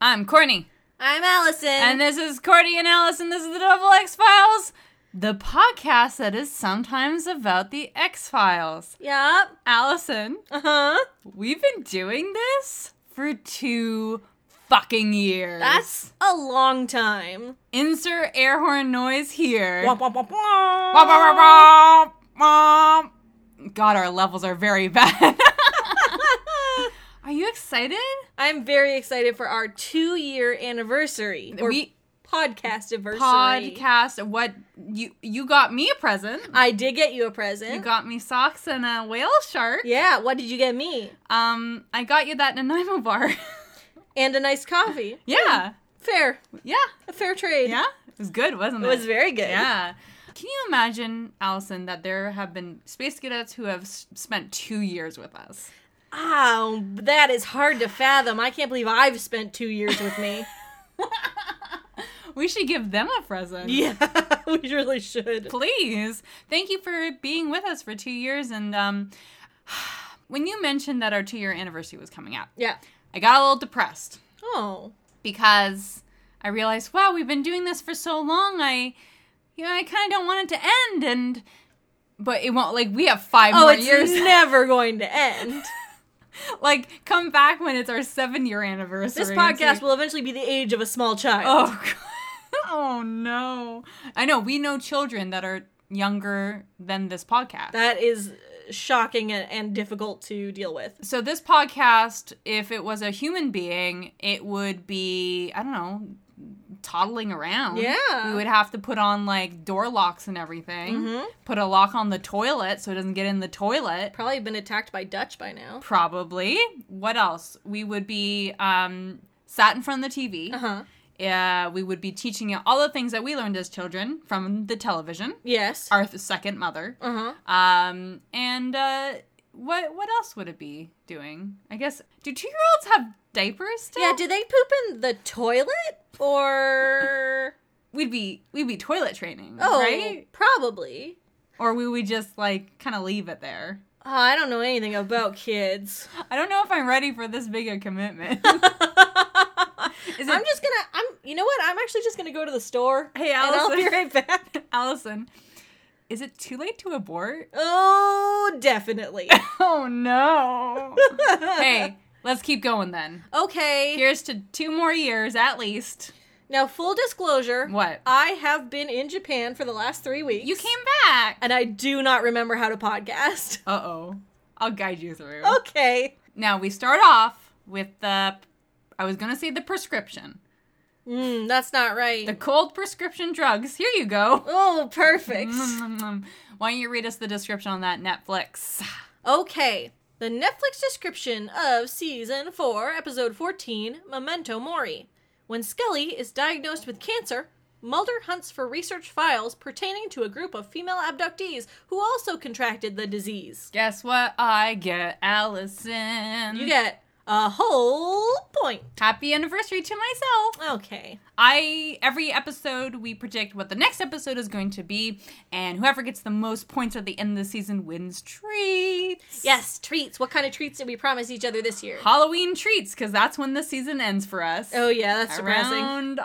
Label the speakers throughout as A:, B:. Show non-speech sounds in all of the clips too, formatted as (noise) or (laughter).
A: I'm Courtney,
B: I'm Allison.
A: and this is Courtney and Allison. This is the Double X Files, the podcast that is sometimes about the X Files.
B: yep. (laughs)
A: Allison,
B: Uh
A: Uh-huh.
B: huh.
A: we've been doing this for two fucking years.
B: That's a long time.
A: insert air horn noise here.
B: Womp, womp, womp, womp.
A: Womp, womp, womp, womp, womp. God, our levels are very (laughs) bad. are you excited?
B: I'm very excited for our two year anniversary or
A: we
B: podcast anniversary.
A: podcast what you you got me a present.
B: I did get you a present.
A: You (laughs) got me socks and a whale shark.
B: yeah. What did you get me?
A: Um, I got you that Nanaimo bar. (laughs)
B: And a nice coffee.
A: yeah.
B: Fair.
A: Yeah.
B: A fair trade.
A: Yeah. It was good, wasn't
B: It
A: it?
B: was very good.
A: Yeah. Can you imagine, Allison, that there have been space cadets who have s- spent two years with us?
B: Oh, that is hard to fathom. I can't believe I've spent two years
A: (laughs)
B: with me. (laughs)
A: We should give them a present.
B: yeah, we really should.
A: Please. Thank you for being with us for two years. And um, (sighs) when you mentioned that our two year anniversary was coming up,
B: Yeah.
A: I got a little depressed.
B: Oh.
A: because I realized, wow, we've been doing this for so long. I, you know, I kind of don't want it to end, and but it won't. Like we have five
B: Oh,
A: more
B: it's
A: years.
B: never going to end.
A: (laughs) like come back when it's our seven year anniversary.
B: This
A: and see-
B: podcast will eventually be the age of a small child.
A: Oh, God. oh no! I know we know children that are younger than this podcast.
B: That is shocking and, and difficult to deal with.
A: so this podcast, if it was a human being, it would be I don't know, toddling around.
B: Yeah. Mm-hmm.
A: we would have to put on like door locks and everything. Put a lock on the toilet so it doesn't get in the toilet.
B: Probably been attacked by Dutch by now.
A: Probably. What else? We would be um, sat in front of the TV.
B: Uh-huh.
A: Yeah, we would be teaching it all the things that we learned as children from the television,
B: Yes.
A: our th- second mother.
B: uh-huh.
A: Um, and uh, what what else would it be doing? I guess do two year olds have diapers still?
B: Yeah, do they poop in the toilet or
A: we'd be we'd be toilet training, (laughs)
B: Oh,
A: right?
B: probably.
A: Or we would just like kind of leave it there.
B: Oh, I don't know anything about kids.
A: I don't know if I'm ready for this big a
B: (laughs)
A: commitment. (laughs) Is it,
B: I'm just gonna. I'm. You know what? I'm actually just gonna go to the store.
A: Hey,
B: and I'll be
A: Allison.
B: right back.
A: (laughs) Allison? Is it too late to abort?
B: Oh,
A: (laughs)
B: definitely.
A: Oh
B: (laughs)
A: no! hey, let's keep going then.
B: okay.
A: Here's to two more years at least.
B: Now, full disclosure.
A: What?
B: I have been in Japan for the last three weeks.
A: You came back.
B: and I do not remember how to podcast. (laughs)
A: Uh oh. I'll guide you through.
B: Oh. Okay.
A: Now we start off with the I was gonna say the prescription.
B: Mm, that's not right.
A: The cold prescription drugs. Here you go. (laughs)
B: oh, perfect.
A: Why don't you read us the description on that Netflix?
B: Okay. The Netflix description of season 4, episode 14, Memento Mori. When Skelly is diagnosed with cancer, Mulder hunts for research files pertaining to a group of female abductees who also contracted the disease.
A: Guess what I get, Allison?
B: You get a whole point.
A: happy anniversary to myself.
B: Okay.
A: I every episode we predict what the next episode is going to be, and whoever gets the most points at the end of the season wins treats.
B: Yes, treats. What kind of treats did we promise each other this year?
A: Halloween treats, because that's when the season ends for us.
B: Oh, yeah, that's depressing.
A: Around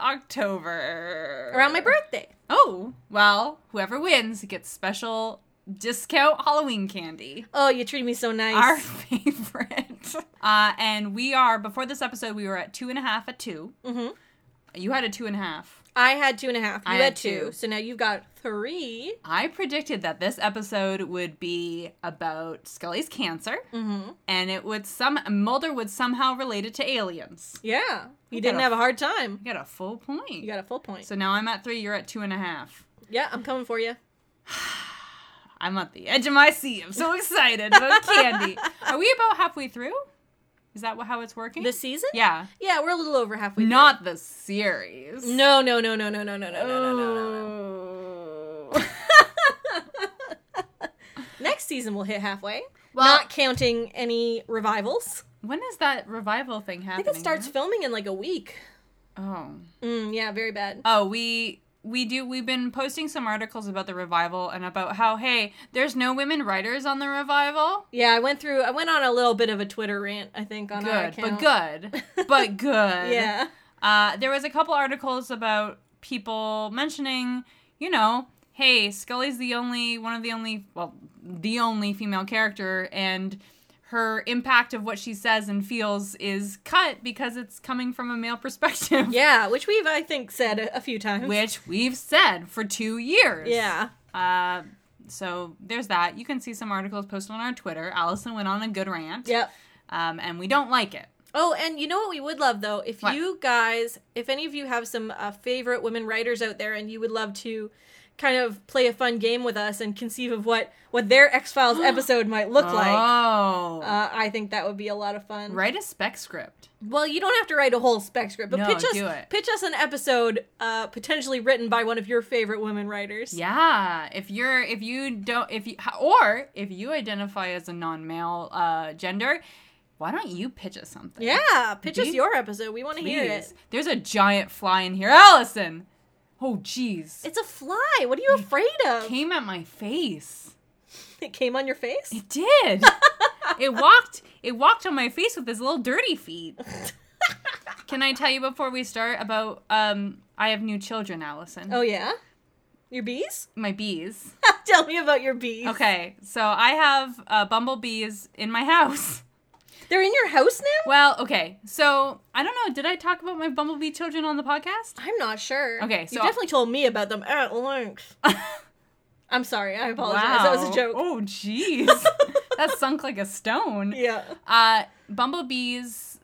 A: October.
B: Around my birthday.
A: Oh, well, whoever wins gets special discount Halloween candy.
B: Oh, you treat me so nice.
A: Our (laughs) favorite. Uh, and we are, before this episode, we were at two and a half at 2 Mm-hmm. You had a two and a half.
B: I had two and a half. You
A: I
B: had,
A: had
B: two.
A: two.
B: So now you've got three.
A: I predicted that this episode would be about Scully's cancer,
B: Mm-hmm.
A: and it would some Mulder would somehow relate it to aliens.
B: Yeah. You
A: got
B: didn't
A: a-
B: have a hard time.
A: You got a full point.
B: You got a full point.
A: so now I'm at three. You're at two and a half.
B: yeah, I'm coming for you. (laughs)
A: I'm at the edge of my seat. I'm so excited about candy. Are we about halfway through? Is that how it's working?
B: This season?
A: yeah.
B: Yeah, we're a little over halfway through.
A: Not the series.
B: No, no, no, no, no, no, no, no, no, no, no,
A: Oh.
B: no.
A: no.
B: (laughs) Next season we'll hit halfway.
A: Well-
B: Not counting any revivals.
A: when is that revival thing
B: I
A: happening?
B: think it starts filming in like a week.
A: Oh.
B: Mm, yeah, very bad.
A: Oh, we we do we've been posting some articles about the revival and about how hey, there's no women writers on the revival.
B: Yeah, I went through. I went on a little bit of a Twitter rant. I think on our
A: Good, but
B: account.
A: good.
B: (laughs)
A: But good.
B: Yeah.
A: Uh, there was a couple articles about people mentioning, you know, hey, Scully's the only one of the only well, the only female character, and her impact of what she says and feels is cut because it's coming from a male (laughs) perspective,
B: Yeah, which we've I think said a, a few times.
A: which we've said for two years.
B: yeah.
A: Uh, so there's that. You can see some articles posted on our Twitter. Allison went on a good rant.
B: Yep.
A: Um, and we don't like it.
B: Oh, and you know what we would love though, if
A: What?
B: you guys, if any of you have some uh, favorite women writers out there, and you would love to kind of play a fun game with us and conceive of what what their X
A: (gasps)
B: Files episode might look like,
A: oh.
B: uh, I think that would be a lot of fun.
A: write a spec script.
B: Well, you don't have to write a whole spec script, but
A: No,
B: pitch us
A: do it.
B: pitch us an episode uh, potentially written by one of your favorite women writers.
A: Yeah, if you're if you don't if you or if you identify as a non-male uh, gender, why don't you pitch us something?
B: Yeah, pitch
A: Do
B: us
A: you-
B: your episode. We want to hear it.
A: please. There's a giant fly in here, Allison. Oh, jeez,
B: It's a fly. What are you afraid of?
A: came at my face.
B: It came on your face?
A: It
B: (laughs)
A: did. it walked. It walked on my face with his little dirty
B: (laughs)
A: feet. Can I tell you before we start about um? I have new children, Allison.
B: Oh, yeah? Your bees?
A: My bees.
B: (laughs) Tell me about your bees.
A: Okay, so I have uh, bumblebees in my house.
B: They're in your house now?
A: Well, okay. So I don't know. Did I talk about my bumblebee children on the podcast?
B: I'm not sure.
A: Okay,
B: You
A: so-
B: definitely told me about them
A: (laughs)
B: at length. I'm sorry. I apologize. That was a joke.
A: Oh, jeez.
B: (laughs)
A: that sunk like a stone.
B: Yeah.
A: Uh, bumblebees,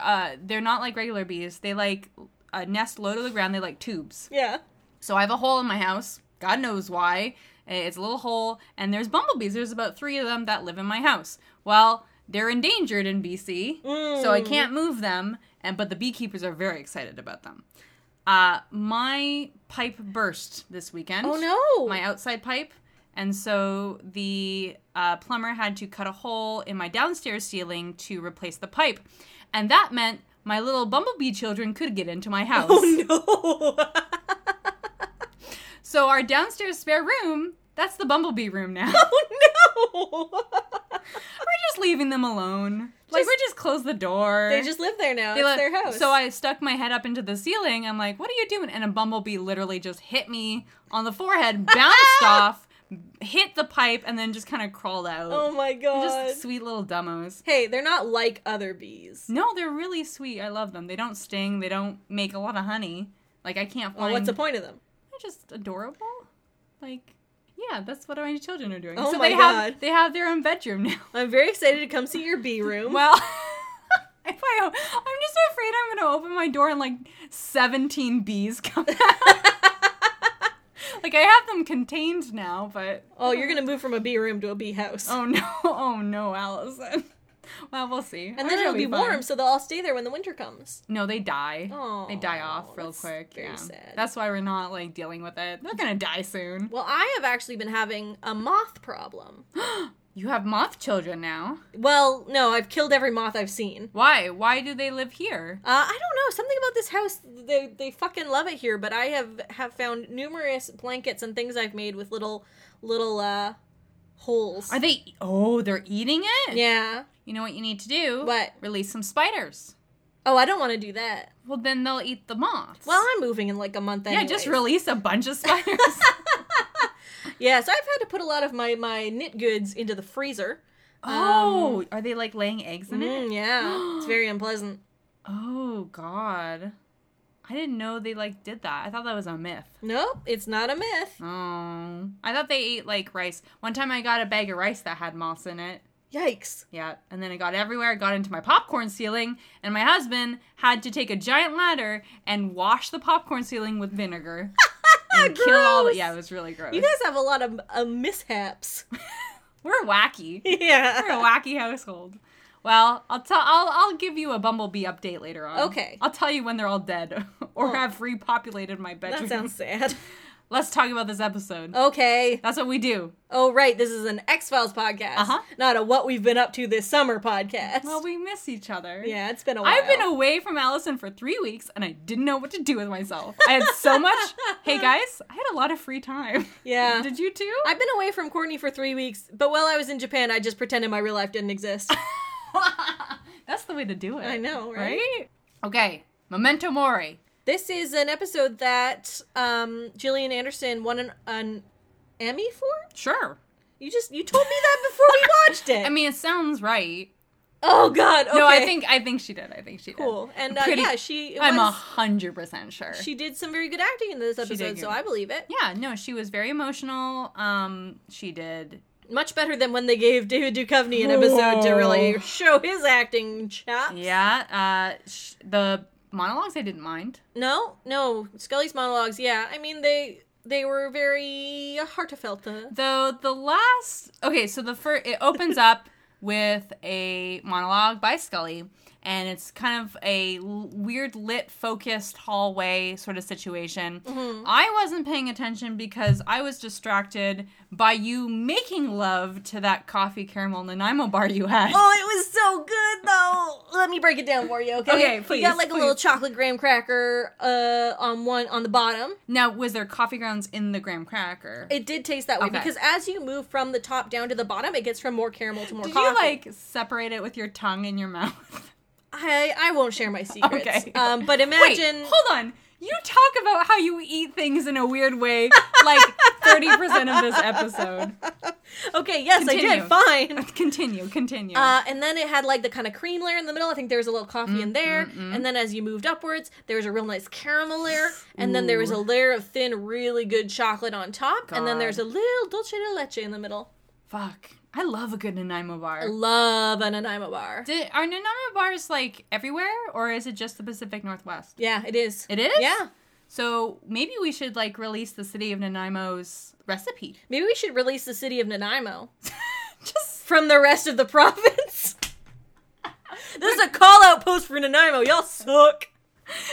A: uh, they're not like regular bees. They like uh, nest low to the ground. They like tubes.
B: Yeah.
A: So I have a hole in my house. God knows why. It's a little hole, and there's bumblebees. There's about three of them that live in my house. Well, they're endangered in BC, so
B: Mm.
A: I can't move them. And but the beekeepers are very excited about them. Uh, my pipe burst this weekend.
B: Oh, no. (laughs)
A: My outside pipe, and so the uh, plumber had to cut a hole in my downstairs ceiling to replace the pipe, and that meant my little bumblebee children could get into
B: (laughs)
A: my house.
B: Oh, no. (laughs)
A: So our downstairs spare room, that's the bumblebee room now. we're (laughs)
B: (laughs) oh, no.
A: just leaving them alone. like
B: Just-
A: we just close the door.
B: they just live there now.
A: They
B: it's
A: let-
B: their house.
A: So I stuck my head up into the ceiling. I'm like, "What are you doing?" And a bumblebee literally just hit me on the forehead,
B: (laughs)
A: bounced off, hit the pipe, and then just kind of crawled out.
B: Oh, my God.
A: just Mm, sweet little dummos.
B: Hey, they're not like other bees.
A: No, they're really sweet. I love them. They don't sting. They don't make a lot of honey. Like I can't find.
B: Well, what's the point of them?
A: They're just adorable. Like, yeah, that's what my children are doing.
B: Oh
A: so
B: my
A: they
B: God.
A: have they have their own bedroom
B: (laughs)
A: now.
B: I'm very excited to come see
A: (laughs)
B: your bee room.
A: Well, if I, I'm just afraid I'm gonna open my door and like 17 bees come.
B: (laughs)
A: out. like I have them contained now, but
B: oh, you're gonna move from a bee room to a bee house.
A: (laughs) oh no, oh no, Allison. Well, we'll see.
B: and then it'll be, warm, so they'll all stay there when the winter comes.
A: No, they die. they die
B: Aw,
A: off real
B: that's
A: quick.
B: very
A: yeah.
B: sad.
A: That's why we're not like dealing with it. They're gonna die soon.
B: Well, I have actually been having a moth problem.
A: You have moth children now.
B: Well, no, I've killed every moth I've seen.
A: Why? Why do they live here?
B: Uh, I don't know. Something about this house, they, they fucking love it here. But I have have found numerous blankets and things I've made with little little uh holes.
A: Are they? Oh, they're eating it.
B: yeah.
A: You know what you need to do?
B: What?
A: Release some spiders.
B: Oh, I don't want to do that.
A: Well, then they'll eat the moths.
B: Well, I'm moving in like a month.
A: yeah, just
B: anyways.
A: release a bunch (laughs) of spiders.
B: Yeah, so I've had to put a lot of my my knit goods into the freezer.
A: oh, are they like laying eggs in it? (gasps)
B: Mm, yeah, it's very unpleasant.
A: Oh God, I didn't know they like did that. I thought that was a myth.
B: Nope, it's not a myth.
A: Oh, I thought they ate like rice. One time I got a bag of rice that had moths in it.
B: Yikes.
A: Yeah, and then it got everywhere. It got into my popcorn ceiling, and my husband had to take a giant ladder and wash the popcorn ceiling with
B: (laughs)
A: vinegar and kill all. The-
B: Gross.
A: yeah, it was really gross.
B: You guys have a lot of uh, mishaps. (laughs)
A: We're wacky.
B: yeah.
A: We're a wacky household. Well, I'll tell. I'll I'll give you a bumblebee update later on.
B: Okay. Oh.
A: I'll tell you when they're all dead (laughs) or have repopulated my bedroom.
B: That sounds Oh. sad.
A: Let's talk about this episode.
B: Okay.
A: That's what we do.
B: Oh, right. This is an X Files podcast,
A: Uh-huh.
B: not a What We've Been Up To This Summer podcast.
A: Well, we miss each other.
B: yeah, it's been a while.
A: I've been away from Allison for three weeks and I didn't know what to do with myself. I had so
B: (laughs)
A: much. hey guys, I had a lot of free time. (laughs)
B: Yeah.
A: Did you too?
B: I've been away from Courtney for three weeks, but while I was in Japan, I just pretended my real life didn't (laughs) exist.
A: (laughs) That's the way to do it.
B: I know, right?
A: Okay, Memento Mori.
B: this is an episode that um, Gillian Anderson won an, an Emmy for.
A: Sure.
B: You just you told me that before (laughs) we watched it.
A: I mean, it sounds right.
B: oh God. Okay.
A: No, I think I think she did. I think she did.
B: cool. And uh,
A: Pretty-
B: yeah, she it
A: I'm a
B: was,
A: hundred percent sure.
B: she did some very good acting in this
A: did
B: episode, so
A: good.
B: I believe it.
A: yeah, no, she was very emotional. Um, she did.
B: Much better than when they gave David Duchovny an episode to really
A: Whoa.
B: show his acting chops.
A: Yeah. Uh, sh- the monologues I didn't mind.
B: No, no. Scully's monologues. Yeah, I mean they they were very heartfelt. uh,
A: Though the last okay, so the first it opens up (laughs) with a monologue by Scully, and it's kind of a l- weird lit focused hallway sort of situation. I wasn't paying attention because I was distracted by you making love to that coffee caramel Nanaimo bar you had.
B: Oh, it was so good though. Let me break it down for you, okay?
A: Okay,
B: You
A: please,
B: got like a little
A: please.
B: chocolate graham cracker uh on one on the bottom.
A: Now, was there coffee grounds in the graham cracker?
B: It did taste that way
A: Okay.
B: because as you move from the top down to the bottom, it gets from more caramel to more
A: Did
B: coffee.
A: you like separate it with your tongue and your mouth? (laughs)
B: I I won't share my secrets.
A: Okay.
B: Um, but imagine
A: Wait, hold on. You talk about how you eat things in a weird way
B: (laughs)
A: like 30% of this episode.
B: Okay, yes, I did.
A: Continue. (laughs)
B: Fine.
A: Continue, continue.
B: Uh, and then it had like the kind of cream layer in the middle. I think there was a little coffee in there.
A: Mm-hmm,
B: And then as you moved upwards, there was a real nice caramel layer. And then there was a layer of thin, really good chocolate on top. And then
A: God.
B: there's a little dulce de leche in the middle.
A: Fuck. I love a good Nanaimo
B: I
A: bar.
B: love a Nanaimo bar.
A: Did, are Nanaimo bars like everywhere or is it just the Pacific Northwest?
B: yeah, it is.
A: It is?
B: Yeah.
A: So maybe we should like release the city of Nanaimo's recipe. (laughs)
B: Maybe we should release the city of Nanaimo
A: Just
B: from the rest of the (laughs) province. this is a call out post for Nanaimo. Y'all suck.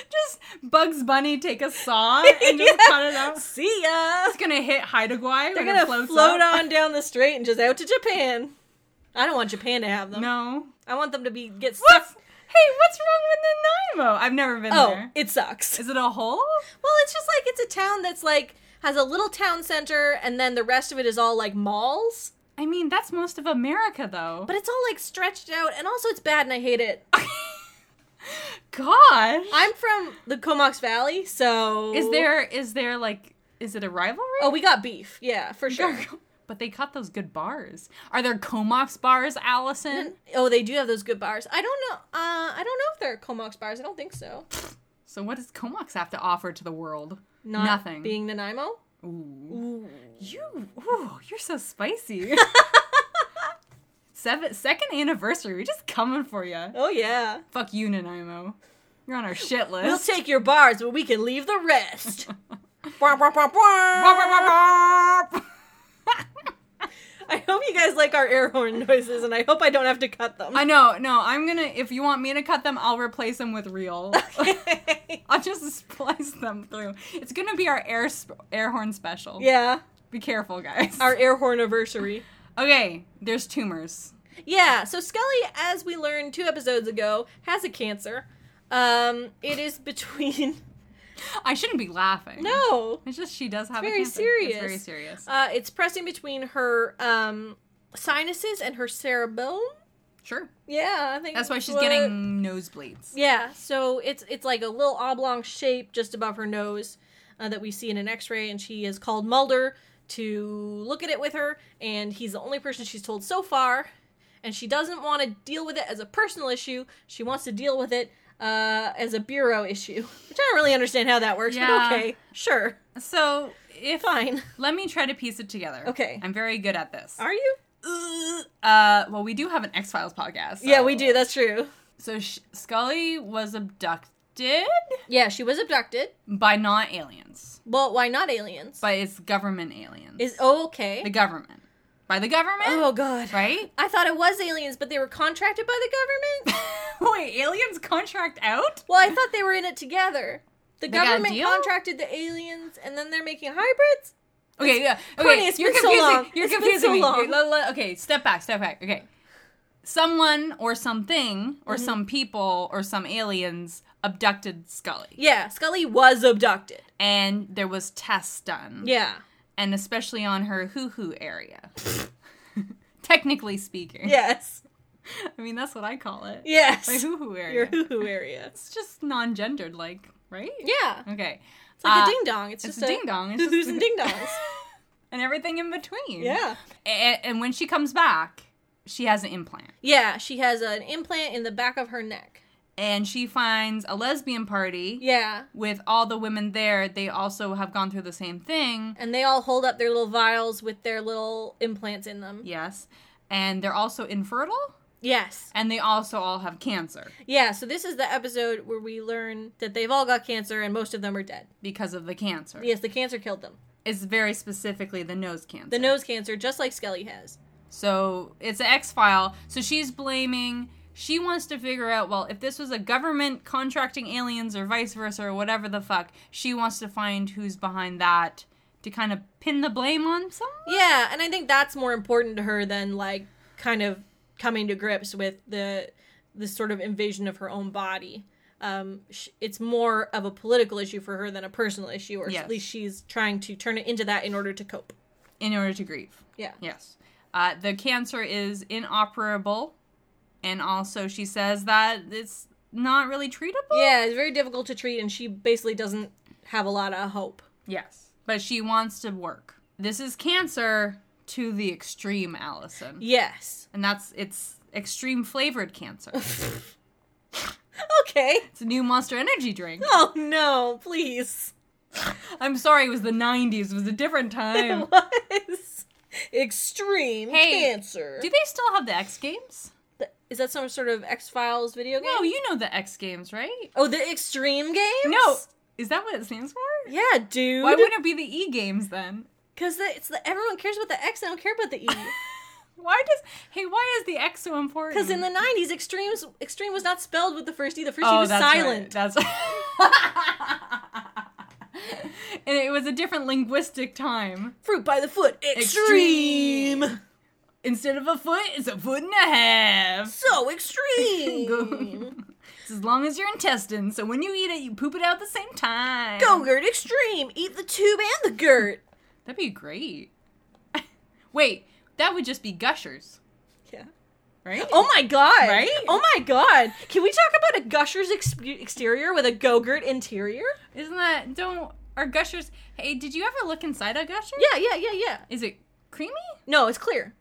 A: just Bugs Bunny take a saw
B: (laughs)
A: and just
B: Yeah.
A: cut it out. It's
B: See ya.
A: gonna hit Haida Gwaii.
B: They're
A: when it
B: gonna
A: floats
B: float
A: up.
B: on down the strait and just out to Japan. I don't want Japan to have them.
A: No.
B: I want them to be get
A: What's
B: stuck.
A: hey? What's wrong with Nanaimo? I've never been
B: Oh,
A: there.
B: it sucks.
A: Is it a hole?
B: Well, it's just like it's a town that's like has a little town center, and then the rest of it is all like malls.
A: I mean, that's most of America, though.
B: But it's all like stretched out, and also it's bad, and I
A: (laughs)
B: hate it.
A: gosh,
B: I'm from the Comox Valley, so
A: is there is there like is it a rivalry? (laughs)
B: Oh, we got beef. Yeah, for sure.
A: but they got those good bars. Are there Comox bars, Allison?
B: oh, they do have those good bars. I don't know. Uh, I don't know if they're Comox bars. I don't think so.
A: So what does Comox have to offer to the world?
B: Not
A: Nothing.
B: Being Nanaimo.
A: you, ooh, you're so (laughs) spicy. Seven, second anniversary, we just coming for you.
B: Oh yeah.
A: Fuck you, Nanaimo. You're on our shit list.
B: We'll take your bars, but we can leave the (laughs) rest. Bwah, bwah, bwah, bwah. I hope you guys like our air horn noises, and I hope I don't have to cut them.
A: I know, no, I'm gonna if you want me to cut them, I'll replace them with real. (laughs)
B: (laughs)
A: I'll just splice them through. It's gonna be our air sp- air horn special.
B: yeah,
A: Be careful, guys.
B: our air horn anniversary.
A: okay, there's tumors.
B: Yeah, so Scully, as we learned two episodes ago, has a cancer. Um, it is between (laughs)
A: I shouldn't be laughing.
B: no,
A: It's just she does have
B: very
A: a cancer.
B: serious.
A: It's very serious.
B: uh, it's pressing between her um sinuses and her cerebellum.
A: Sure.
B: Yeah, I think
A: That's why she's
B: what-
A: getting nosebleeds.
B: Yeah, so it's it's like a little oblong shape just above her nose uh, that we see in an X-ray, and she has called Mulder to look at it with her, and he's the only person she's told so far, and she doesn't want to deal with it as a personal issue. She wants to deal with it uh, as a bureau issue, which I don't really understand how that works,
A: Yeah.
B: but okay, sure,
A: So if
B: fine.
A: let me try to piece it together.
B: Okay.
A: I'm very good at this.
B: Are you?
A: Uh, well, we do have an X Files podcast.
B: Yeah, we
A: so-
B: do. That's true.
A: So sh- Scully was abducted
B: Yeah, she was abducted.
A: by not aliens,
B: Well, why not aliens?
A: but it's government aliens.
B: Is oh, okay.
A: the government by the government,
B: Oh god. (laughs)
A: right?
B: I thought it was aliens, but they were contracted by the government?
A: Wait, aliens contract out?
B: well, I thought they were in it together. The
A: got a
B: government
A: deal?
B: contracted the aliens and then they're making hybrids?
A: Okay, yeah. Okay,
B: Courtney, it's
A: you're
B: been so
A: confusing.
B: long.
A: You're
B: It's been
A: confusing
B: so
A: me.
B: long.
A: You're- le- le- okay, step back, step back. Okay, someone or something or
B: Mm-hmm.
A: some people or some aliens abducted Scully,
B: Yeah, Scully was abducted.
A: and there was tests done.
B: Yeah.
A: and especially on her hoo hoo area. (laughs) Technically speaking,
B: Yes.
A: I mean that's what I call it. My
B: (laughs) Yes.
A: hoo hoo
B: Your
A: area.
B: hoo hoo area.
A: It's just non-gendered, like right?
B: Yeah.
A: Okay.
B: It's like
A: Uh,
B: a ding dong. It's,
A: It's
B: just
A: a ding dong. It's
B: Hoo
A: just
B: hoos and ding dongs.
A: (laughs) and everything in between.
B: yeah.
A: A- And, when she comes back, she has an implant.
B: Yeah, she has an implant in the back of her neck.
A: And she finds a lesbian party
B: Yeah.
A: with all the women there. They also have gone through the same thing.
B: And they all hold up their little vials with their little implants in them.
A: Yes. And they're also infertile.
B: Yes.
A: And they also all have cancer
B: Yeah, so this is the episode where we learn that they've all got cancer and most of them are dead.
A: because of the cancer.
B: Yes, the cancer killed them.
A: It's very specifically the nose cancer.
B: The nose cancer, just like Skelly has.
A: So it's an X file. So she's blaming. She wants to figure out, well, if this was a government contracting aliens or vice versa or whatever the fuck, she wants to find who's behind that to kind of pin the blame on someone.
B: Yeah, and I think that's more important to her than like kind of coming to grips with the this sort of invasion of her own body. Um, sh- it's more of a political issue for her than a personal issue, or
A: Yes.
B: at least she's trying to turn it into that in order to cope.
A: in order to grieve.
B: Yeah.
A: Yes. Uh, the cancer is inoperable, and also she says that it's not really treatable.
B: Yeah, it's very difficult to treat, and she basically doesn't have a lot of hope.
A: Yes. But she wants to work. This is cancer to the extreme, Allison.
B: Yes. (laughs)
A: And that's it's extreme flavored cancer. it's
B: Okay.
A: a new Monster Energy drink.
B: Oh no, please.
A: I'm sorry, it was the 90s. It was a different
B: (laughs)
A: time.
B: was extreme
A: Hey,
B: cancer.
A: Do they still have the X Games?
B: Is that some sort of X Files video game?
A: No, you know the X Games, right?
B: oh, the extreme games.
A: No. Is that what it stands for?
B: Yeah, dude.
A: Why wouldn't it be the E Games then?
B: Because it's the everyone cares about the X. I don't care
A: (laughs)
B: about the E.
A: Why does hey? Why is the X so important?
B: Because in the '90s, extremes extreme was not spelled with the first E. The first E
A: oh,
B: was
A: that's
B: silent.
A: Right. (laughs) That's and it was a different linguistic time.
B: Fruit by the foot. Extreme.
A: Extreme. Instead of a foot, it's a foot and a half.
B: So
A: (laughs)
B: extreme.
A: Go- it's as long as your intestines. So when you eat it, you poop it out at the same time.
B: Gogurt extreme. Eat the tube and the girt.
A: (laughs) That'd be great. (laughs) Wait, that would just be gushers,
B: Yeah.
A: right?
B: Oh my god!
A: Right?
B: Oh my god! Can we talk about a Gushers ex- exterior with a Gogurt interior?
A: isn't that don't are gushers? Hey, did you ever look inside a gusher?
B: Yeah, yeah, yeah, yeah.
A: Is it creamy?
B: No, it's clear.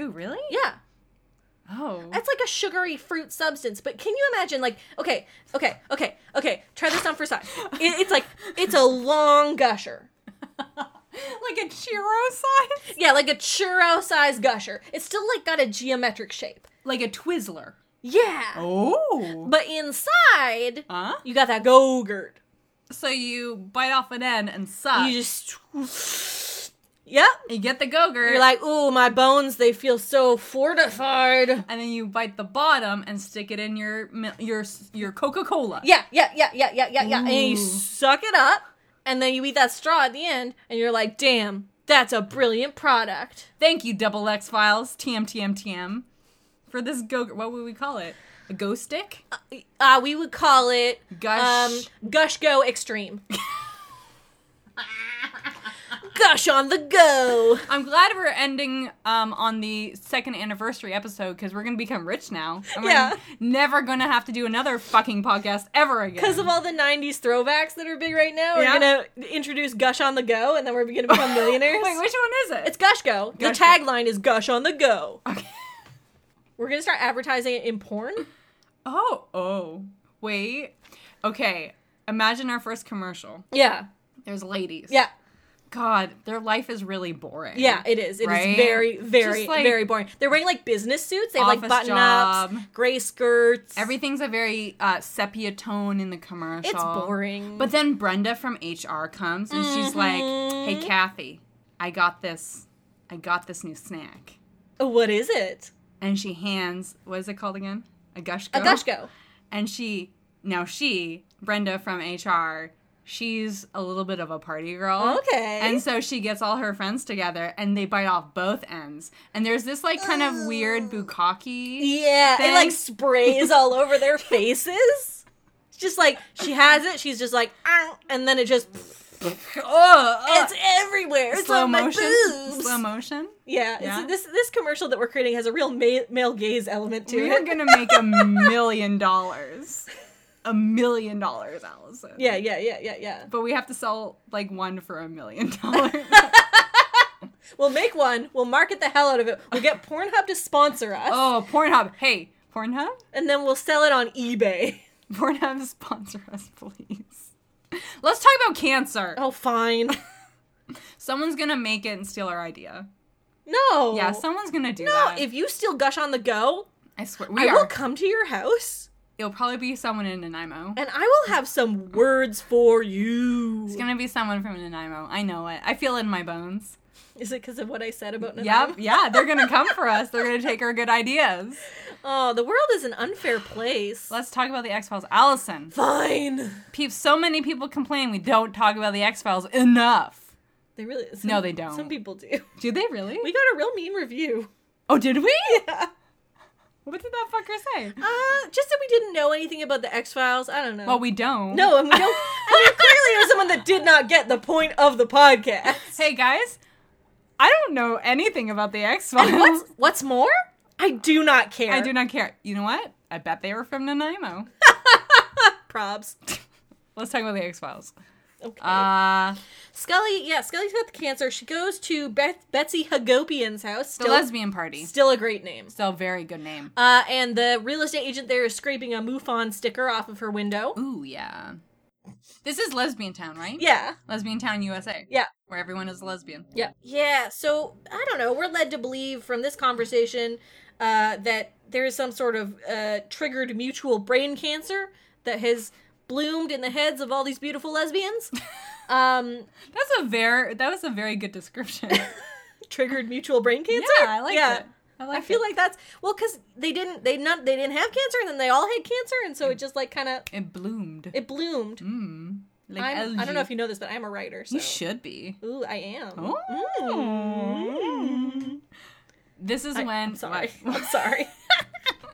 A: Ooh, really?
B: Yeah,
A: Oh.
B: it's like a sugary fruit substance. But can you imagine? Like, okay, okay, okay, okay. Try this on for (laughs) size. It, it's like it's a long gusher.
A: (laughs) like a churro size?
B: Yeah, like a churro sized gusher. It's still like got a geometric shape.
A: Like a Twizzler.
B: Yeah,
A: Oh.
B: but inside
A: Huh?
B: you got that Gogurt.
A: So you bite off an end and suck.
B: You
A: You,
B: just. Yep.
A: get the gogurt.
B: You're like, ooh, my bones, they feel so fortified.
A: and then you bite the bottom and stick it in your mil- your your Coca-Cola.
B: Yeah, yeah, yeah, yeah, yeah, yeah, yeah. And you
A: Ooh.
B: suck it up, and then you eat that straw at the end, and you're like, damn, that's a brilliant product.
A: Thank you Double X Files TM TM TM for this gogurt. What would we call it? A ghost stick?
B: Uh, we would call it
A: Gush.
B: um, Gush Go Extreme. Gush on the go.
A: I'm glad we're ending um, on the second anniversary episode because we're gonna become rich now. And we're
B: Yeah.
A: Never gonna have to do another fucking podcast ever again.
B: Because of all the 90s throwbacks that are big right now, we're
A: Yeah.
B: going to introduce Gush on the go, and then we're going to
A: (laughs)
B: become millionaires.
A: Wait, which one is it?
B: It's Gush Go.
A: Gush
B: the
A: Go.
B: tagline is Gush on the Go. (laughs) We're gonna start advertising it in porn.
A: Oh, oh. Wait. Okay. Imagine our first commercial.
B: Yeah,
A: There's ladies.
B: yeah,
A: God, their life is really boring.
B: yeah. It is. It is
A: Right?
B: very, very,
A: Just like-
B: very boring. They're wearing like business suits. They have like
A: Office
B: button ups,
A: job.
B: gray skirts.
A: Everything's a very uh, sepia tone in the commercial.
B: It's boring.
A: But
B: Mm-hmm.
A: then Brenda from HR comes and she's like, hey, Kathy, I got this. I got this new snack.
B: Oh, What is it?
A: And she hands, what is it called again? A gushko.
B: A gushko.
A: And she, now she, Brenda from HR, she's a little bit of a party girl.
B: Okay.
A: And so she gets all her friends together and they bite off both ends. And there's this like kind of weird bukkake.
B: Oh. Yeah, it like
A: Thanks.
B: sprays all over
A: (laughs)
B: their faces. It's just like she has it. She's just like, "Ah," and then it just
A: Ugh, ugh.
B: it's everywhere. Oh, It's
A: Oh. slow
B: on my
A: motion.
B: boobs.
A: Slow motion.
B: Yeah, it's-
A: Yeah.
B: this this commercial that we're creating has a real ma- male gaze element to
A: We
B: it.
A: are gonna make a million dollars. A million dollars, Allison.
B: yeah, yeah, yeah, yeah, yeah.
A: But we have to sell like one for a million dollars.
B: We'll make one. We'll market the hell out of it.
A: (laughs)
B: We'll get Pornhub to sponsor us,
A: Oh, Pornhub. Hey, Pornhub?
B: and then we'll sell it on eBay.
A: Pornhub sponsor us, please. Let's talk about cancer.
B: Oh, fine.
A: Someone's gonna make it and steal our idea.
B: (laughs) No.
A: Yeah, someone's gonna do
B: no.
A: that.
B: If you still gush on the go,
A: I swear, we
B: I
A: are.
B: will come to your house
A: It'll probably be someone in Nanaimo.
B: and I will have some words for you.
A: It's gonna be someone from Nanaimo. I know it. I feel it in my bones.
B: Is it because of what I said about Nanaimo?
A: Yep. Yeah, they're gonna come for us. They're gonna take our good ideas.
B: Oh, the world is an unfair place.
A: Let's talk about the X Files. Allison,
B: Fine.
A: peeps. So many people complain we don't talk about the X Files enough.
B: They really. Some,
A: No, they don't.
B: Some people do. (laughs)
A: Do they really?
B: We got a real mean review.
A: oh, did we?
B: uh,
A: (laughs) What did that fucker say?
B: Um, just that we didn't know anything about the X Files. I don't know.
A: Well, we don't.
B: no, and we don't. I (laughs) mean, clearly, there's someone that did not get the point of the podcast.
A: Hey guys, I don't know anything about the X Files.
B: (laughs) What's What's more? I do not
A: (laughs)
B: care.
A: I do not care. You know what? I bet they were from
B: (laughs)
A: Nanaimo.
B: Probs.
A: Let's talk about the X Files.
B: Okay.
A: Uh,
B: Scully, yeah, Scully's got the cancer. She goes to Beth, Betsy Hagopian's house.
A: the
B: Still,
A: lesbian party.
B: still a great name.
A: Still a very good name.
B: Uh, and the real estate agent there is scraping a MUFON sticker off of her window.
A: Ooh yeah. This is Lesbian Town, right?
B: um, Yeah,
A: Lesbian Town, USA.
B: yeah,
A: Where everyone is a lesbian.
B: yeah. Yeah, so I don't know. We're led to believe from this conversation uh, that there is some sort of uh, triggered mutual brain cancer that has bloomed in the heads of all these beautiful
A: (laughs)
B: lesbians. um,
A: That's a very that was a very good description.
B: (laughs) triggered mutual brain cancer?
A: yeah. I like
B: I feel like that's well because they didn't they not they didn't have cancer and then they all had cancer and so it just like kind of
A: it bloomed.
B: it bloomed.
A: Mm. Like
B: I'm, I don't
A: algae. Oh,
B: know if you know this, but I'm a writer. So.
A: you should be.
B: Ooh, I am.
A: Mm. This is when
B: I'm sorry.
A: what?
B: (laughs) I'm sorry.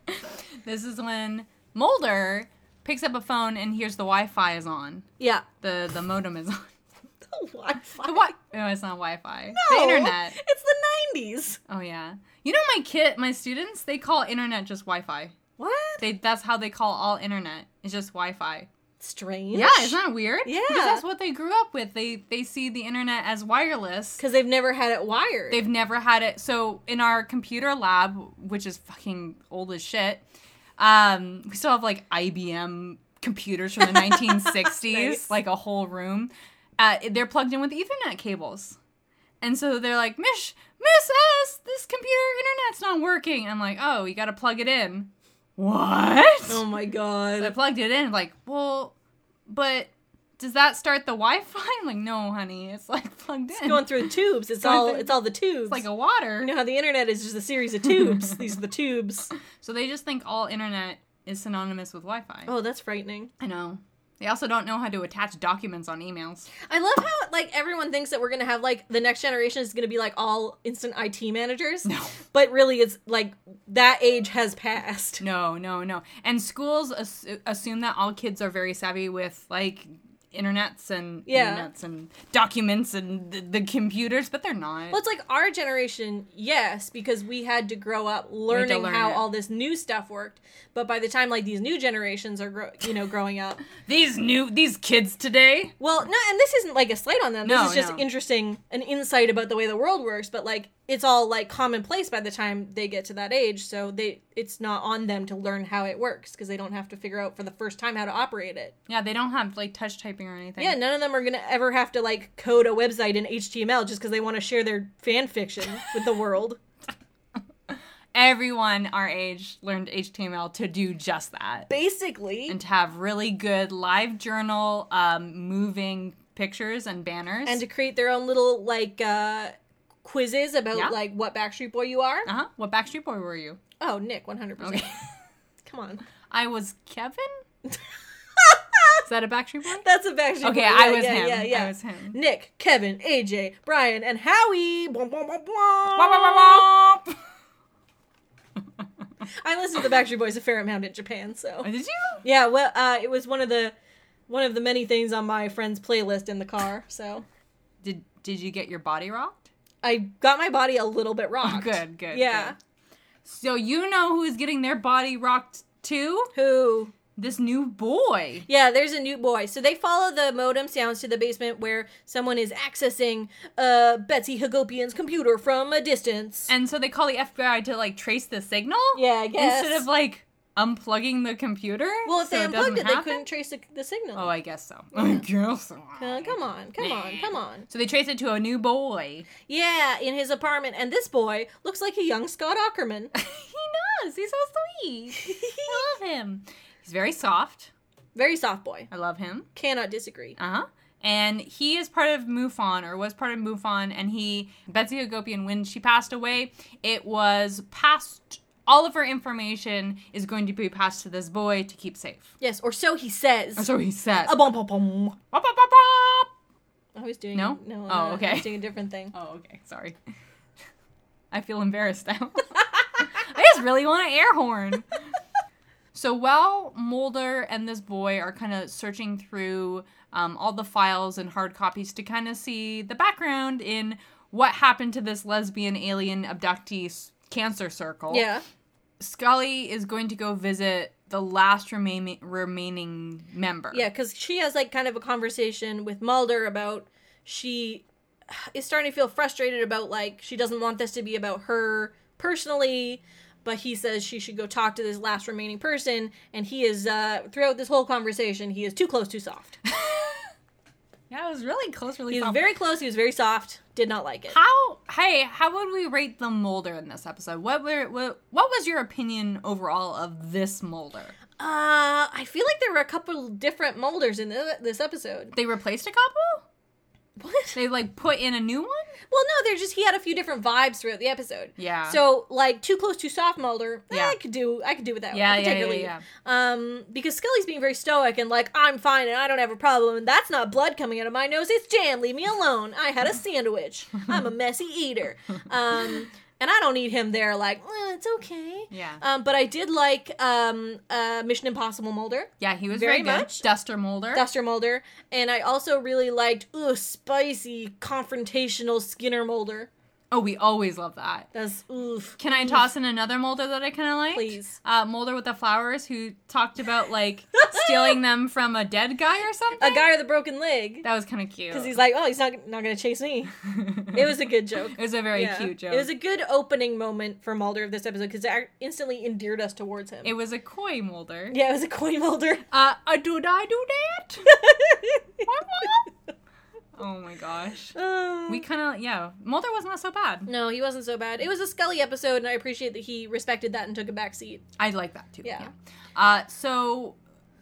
A: (laughs) This is when Mulder picks up a phone and hears the Wi-Fi is on.
B: yeah.
A: The the modem is on. (laughs)
B: The Wi-Fi.
A: The wi- no, it's not Wi-Fi.
B: No,
A: The internet.
B: It's the 90s.
A: Oh yeah. You know my kid, my students, they call internet just Wi-Fi.
B: What?
A: They that's how they call all internet. It's just Wi-Fi.
B: Strange.
A: Yeah, isn't that weird?
B: Yeah.
A: Because that's what they grew up with. They they see the internet as wireless.
B: Because they've never had it wired.
A: They've never had it. So in our computer lab, which is fucking old as shit, um, we still have like IBM computers (laughs) from the 1960s,
B: Nice.
A: like a whole room. Uh, they're plugged in with Ethernet cables, and so they're like, "Mish, Miss S, this computer internet's not working." I'm like, "Oh, you got to plug it in." What? (laughs)
B: oh my
A: I
B: god.
A: plugged it in. Like, well, but does that start the Wi-Fi? (laughs) I'm like, no, honey, it's like plugged in.
B: (laughs) Going through the tubes. It's
A: Going
B: all
A: through-
B: it's all the tubes.
A: it's like a water.
B: you know how the internet is just a series of (laughs) tubes. These are the tubes.
A: So they just think all internet is synonymous with Wi-Fi.
B: Oh, that's frightening.
A: I know. They also don't know how to attach documents on emails.
B: I love how like everyone thinks that we're gonna have like the next generation is gonna be like all instant IT managers.
A: No.
B: But really, it's like that age has passed.
A: No, no, no. And schools assu- assume that all kids are very savvy with like internets and
B: Yeah.
A: internets and documents and the, the computers, but they're not.
B: Well, it's like our generation, yes, because we had to grow up
A: had to
B: learning
A: learn
B: how
A: it.
B: all this new stuff worked. But by the time like these new generations are, gro- you know, growing up,
A: these new these kids today.
B: well, no, and this isn't like a slight on them.
A: No,
B: this is just
A: no.
B: interesting, an insight about the way the world works. But like, it's all like commonplace by the time they get to that age, so they it's not on them to learn how it works because they don't have to figure out for the first time how to operate it.
A: Yeah, they don't have like touch typing or anything.
B: Yeah, none of them are gonna ever have to like code a website in HTML just because they want to share their fan fiction with the world.
A: Everyone our age learned HTML to do just that.
B: Basically,
A: and to have really good live journal um, moving pictures and banners
B: and to create their own little like uh quizzes about
A: Yeah.
B: like what Backstreet Boy you are.
A: Uh huh. What Backstreet Boy were you?
B: Oh, Nick, one hundred percent.
A: Okay.
B: (laughs) Come on, (laughs)
A: I was Kevin. Is that a Backstreet (laughs) Boy?
B: that's a Backstreet Boy.
A: Okay, I
B: Yeah,
A: was
B: yeah,
A: him.
B: Yeah, yeah.
A: I was him.
B: Nick, Kevin, AJ, Brian, and Howie. Bwomp, bwomp, bwomp, bwomp.
A: Womp, womp, womp.
B: I listened to the Backstreet Boys a fair amount in Japan, so
A: (laughs) Did you?
B: yeah. Well, uh, it was one of the one of the many things on my friend's playlist in the car. So
A: Did Did you get your body rocked?
B: I got my body a little bit rocked.
A: Oh, Good, good.
B: Yeah.
A: good. So you know who's getting their body rocked too?
B: Who?
A: This new boy.
B: Yeah, there's a new boy. So they follow the modem sounds to the basement where someone is accessing uh, Betsy Hagopian's computer from a distance.
A: And so they call the FBI to like trace the signal.
B: yeah, I guess.
A: Instead of like unplugging the computer.
B: well, if
A: so
B: they
A: doesn't
B: unplugged it, they
A: happen?
B: couldn't trace the, the signal.
A: Oh, I guess so. (laughs) I guess so.
B: Uh, come on, come on, come on.
A: So they trace it to a new (laughs) boy.
B: Yeah, in his apartment, and this boy looks like a young Scott
A: (laughs)
B: Ackerman.
A: he does. He's so (laughs) sweet. I love him. He's very soft.
B: Very soft boy.
A: I love him.
B: Cannot disagree.
A: Uh huh. And he is part of MUFON, or was part of MUFON, and he, Betsy Hagopian, when she passed away, it was passed, all of her information is going to be passed to this boy to keep safe.
B: Yes, or so he says.
A: So he says.
B: A bum bum bum.
A: Bop, bop, bop, bop.
B: I was doing
A: No?
B: no.
A: Oh,
B: uh, I
A: okay.
B: was doing a different thing.
A: Oh, okay. Sorry. (laughs) I feel embarrassed now. (laughs) I just really want an air
B: (laughs)
A: horn. So while Mulder and this boy are kind of searching through um, all the files and hard copies to kind of see the background in what happened to this lesbian alien abductee s- cancer circle,
B: Yeah.
A: Scully is going to go visit the last remaining remaining member.
B: Yeah, because she has like kind of a conversation with Mulder about she is starting to feel frustrated about like she doesn't want this to be about her personally, but he says she should go talk to this last remaining person, and he is uh throughout this whole conversation he is too close, too soft.
A: yeah, it was really close. Really,
B: He was
A: soft.
B: very close, he was very soft, did not like it.
A: How hey, how would we rate the Molder in this episode? What were what, what was your opinion overall of this Molder?
B: Uh, I feel like there were a couple different Mulders in the, this episode.
A: They replaced a couple?
B: What?
A: They like put in a new one?
B: Well, no, they're just he had a few different vibes throughout the episode.
A: Yeah.
B: So like too close, too soft, Mulder. eh,
A: Yeah.
B: I could do. I could do with that.
A: Yeah,
B: one,
A: yeah, yeah,
B: particularly.
A: yeah.
B: Um, because Scully's being very stoic and like I'm fine and I don't have a problem and that's not blood coming out of my nose. It's jam. Leave me alone. I
A: (laughs)
B: had a sandwich. I'm a messy eater. Um. And I don't need him there, like, "Eh, it's okay.
A: Yeah.
B: Um, but I did like um, uh, Mission Impossible Mulder.
A: Yeah, he was
B: Very
A: very, good.
B: much.
A: Duster Molder.
B: Duster Mulder, and I also really liked ooh spicy confrontational Skinner Mulder.
A: oh, we always love that.
B: That's oof.
A: Can I toss in another Molder that I kind of like?
B: Please.
A: Uh, Molder with the flowers who talked about like (laughs) stealing them from a dead guy or something.
B: (laughs) A guy with a broken leg
A: that was kind of cute.
B: because he's like, oh, he's not not gonna
A: (laughs)
B: chase me. It was a good joke.
A: it was a very
B: Yeah.
A: cute joke.
B: It was a good opening moment for Mulder of this episode because it ac- instantly endeared us towards him.
A: it was a coy Molder.
B: (laughs) yeah, it was a
A: (laughs)
B: coin Mulder.
A: Uh, uh, did I do that?
B: (laughs)
A: Uh, oh my gosh.
B: Um,
A: We kind of, yeah. Mulder was not so bad.
B: no, he wasn't so bad. It was a Scully episode, and I appreciate that he respected that and took a back seat.
A: I like that too.
B: Yeah.
A: Uh, so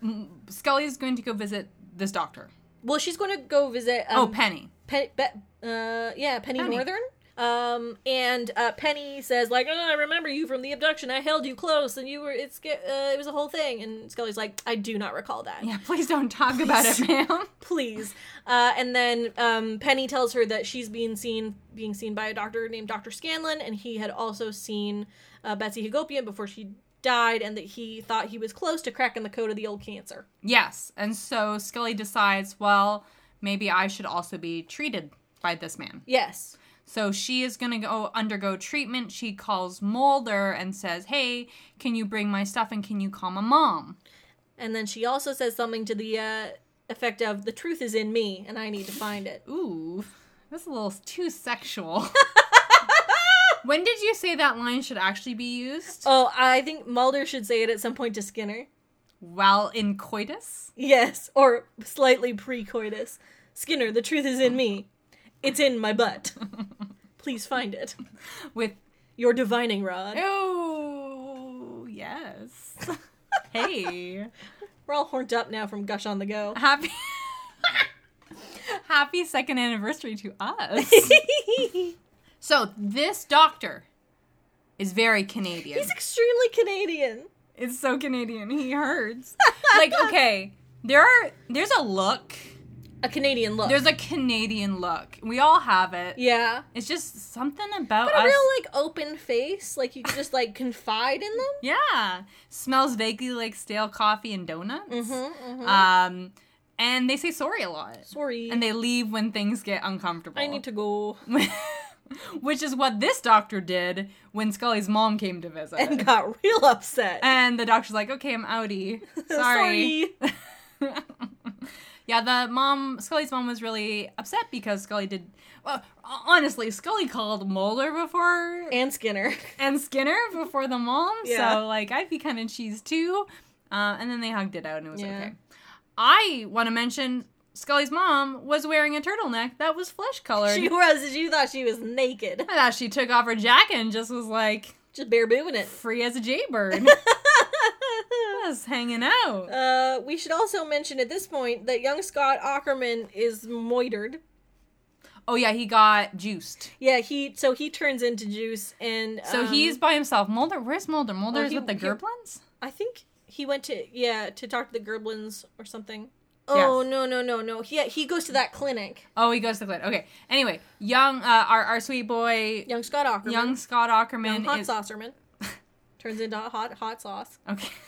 A: mm, Scully is going to go visit this doctor.
B: Well, she's going to go visit. Um,
A: oh, Penny.
B: Pe- Be- uh, yeah, Penny,
A: Penny.
B: Northern. Um, and uh, Penny says like, "Oh, I remember you from the abduction. I held you close, and you were it's ge- uh, it was a whole thing." And Scully's like, "I do not recall that.
A: Yeah, (laughs) please don't talk about it, ma'am.
B: Please." Uh, and then um, Penny tells her that she's being seen being seen by a doctor named Doctor Scanlon, and he had also seen uh, Betsy Hagopian before she died, and that he thought he was close to cracking the code of the old cancer.
A: Yes. And so Scully decides, well, maybe I should also be treated by this man.
B: Yes.
A: So she is going to go undergo treatment. She calls Mulder and says, hey, can you bring my stuff and can you call my mom?
B: And then she also says something to the uh, effect of, "The truth is in me, and I need to find it."
A: Ooh, that's a little too
B: (laughs)
A: sexual. when did you say that line should actually be used?
B: Oh, I think Mulder should say it at some point to Skinner.
A: While in coitus?
B: Yes, or slightly pre-coitus. Skinner, the truth is in me. It's in
A: (laughs)
B: my butt. Please find it.
A: With,
B: Your divining rod.
A: oh,
B: (laughs)
A: yes. hey.
B: We're all horned up now from Gush on
A: (laughs)
B: the Go.
A: Happy.
B: (laughs)
A: Happy second anniversary to us. So this doctor is very Canadian.
B: He's extremely Canadian.
A: it's so Canadian. He hurts.
B: (laughs)
A: like okay, there are there's a look.
B: A Canadian look.
A: There's a Canadian look. We all have it.
B: yeah.
A: It's just something about
B: But
A: us.
B: a real like open face, like you could just like confide
A: (laughs)
B: in them.
A: yeah, smells vaguely like stale coffee and donuts.
B: Mm-hmm,
A: Um, and they say sorry a lot,
B: Sorry.
A: and they leave when things get uncomfortable.
B: I need
A: (laughs)
B: to go.
A: Which is what this doctor did when Scully's mom came to visit.
B: And got real upset.
A: And the doctor's like, okay, I'm outie.
B: (laughs)
A: Sorry.
B: Sorry.
A: (laughs) yeah, the mom, Scully's mom was really upset because Scully did. Well, honestly, Scully called Mulder before
B: And Skinner.
A: and Skinner before the mom.
B: Yeah.
A: So, like, I'd be kind of cheesed too. Uh, and then they hugged it out and it was
B: Yeah.
A: okay. I want to mention Scully's mom was wearing a turtleneck that was flesh colored.
B: She was. She thought she was naked.
A: I thought she took off her jacket and just was like
B: Just bare boobing it.
A: free as a
B: (laughs)
A: jaybird. was hanging out.
B: Uh, we should also mention at this point that young Scott Ackerman is moitered.
A: Oh yeah, he got juiced.
B: Yeah, he so he turns into juice, and
A: So
B: um,
A: he's by himself. Mulder, where's Mulder? Mulder's
B: he-
A: with the
B: he-
A: Gerblins.
B: I think he went to yeah to talk to the Gerblins or something. Oh
A: Yes.
B: no no no no! He he goes to that clinic.
A: Oh, he goes to the clinic. Okay. Anyway, young uh, our our sweet boy,
B: Young Scott Ackerman,
A: young Scott Ackerman
B: young hot
A: is (laughs)
B: saucerman, turns into a hot hot sauce.
A: okay. (laughs)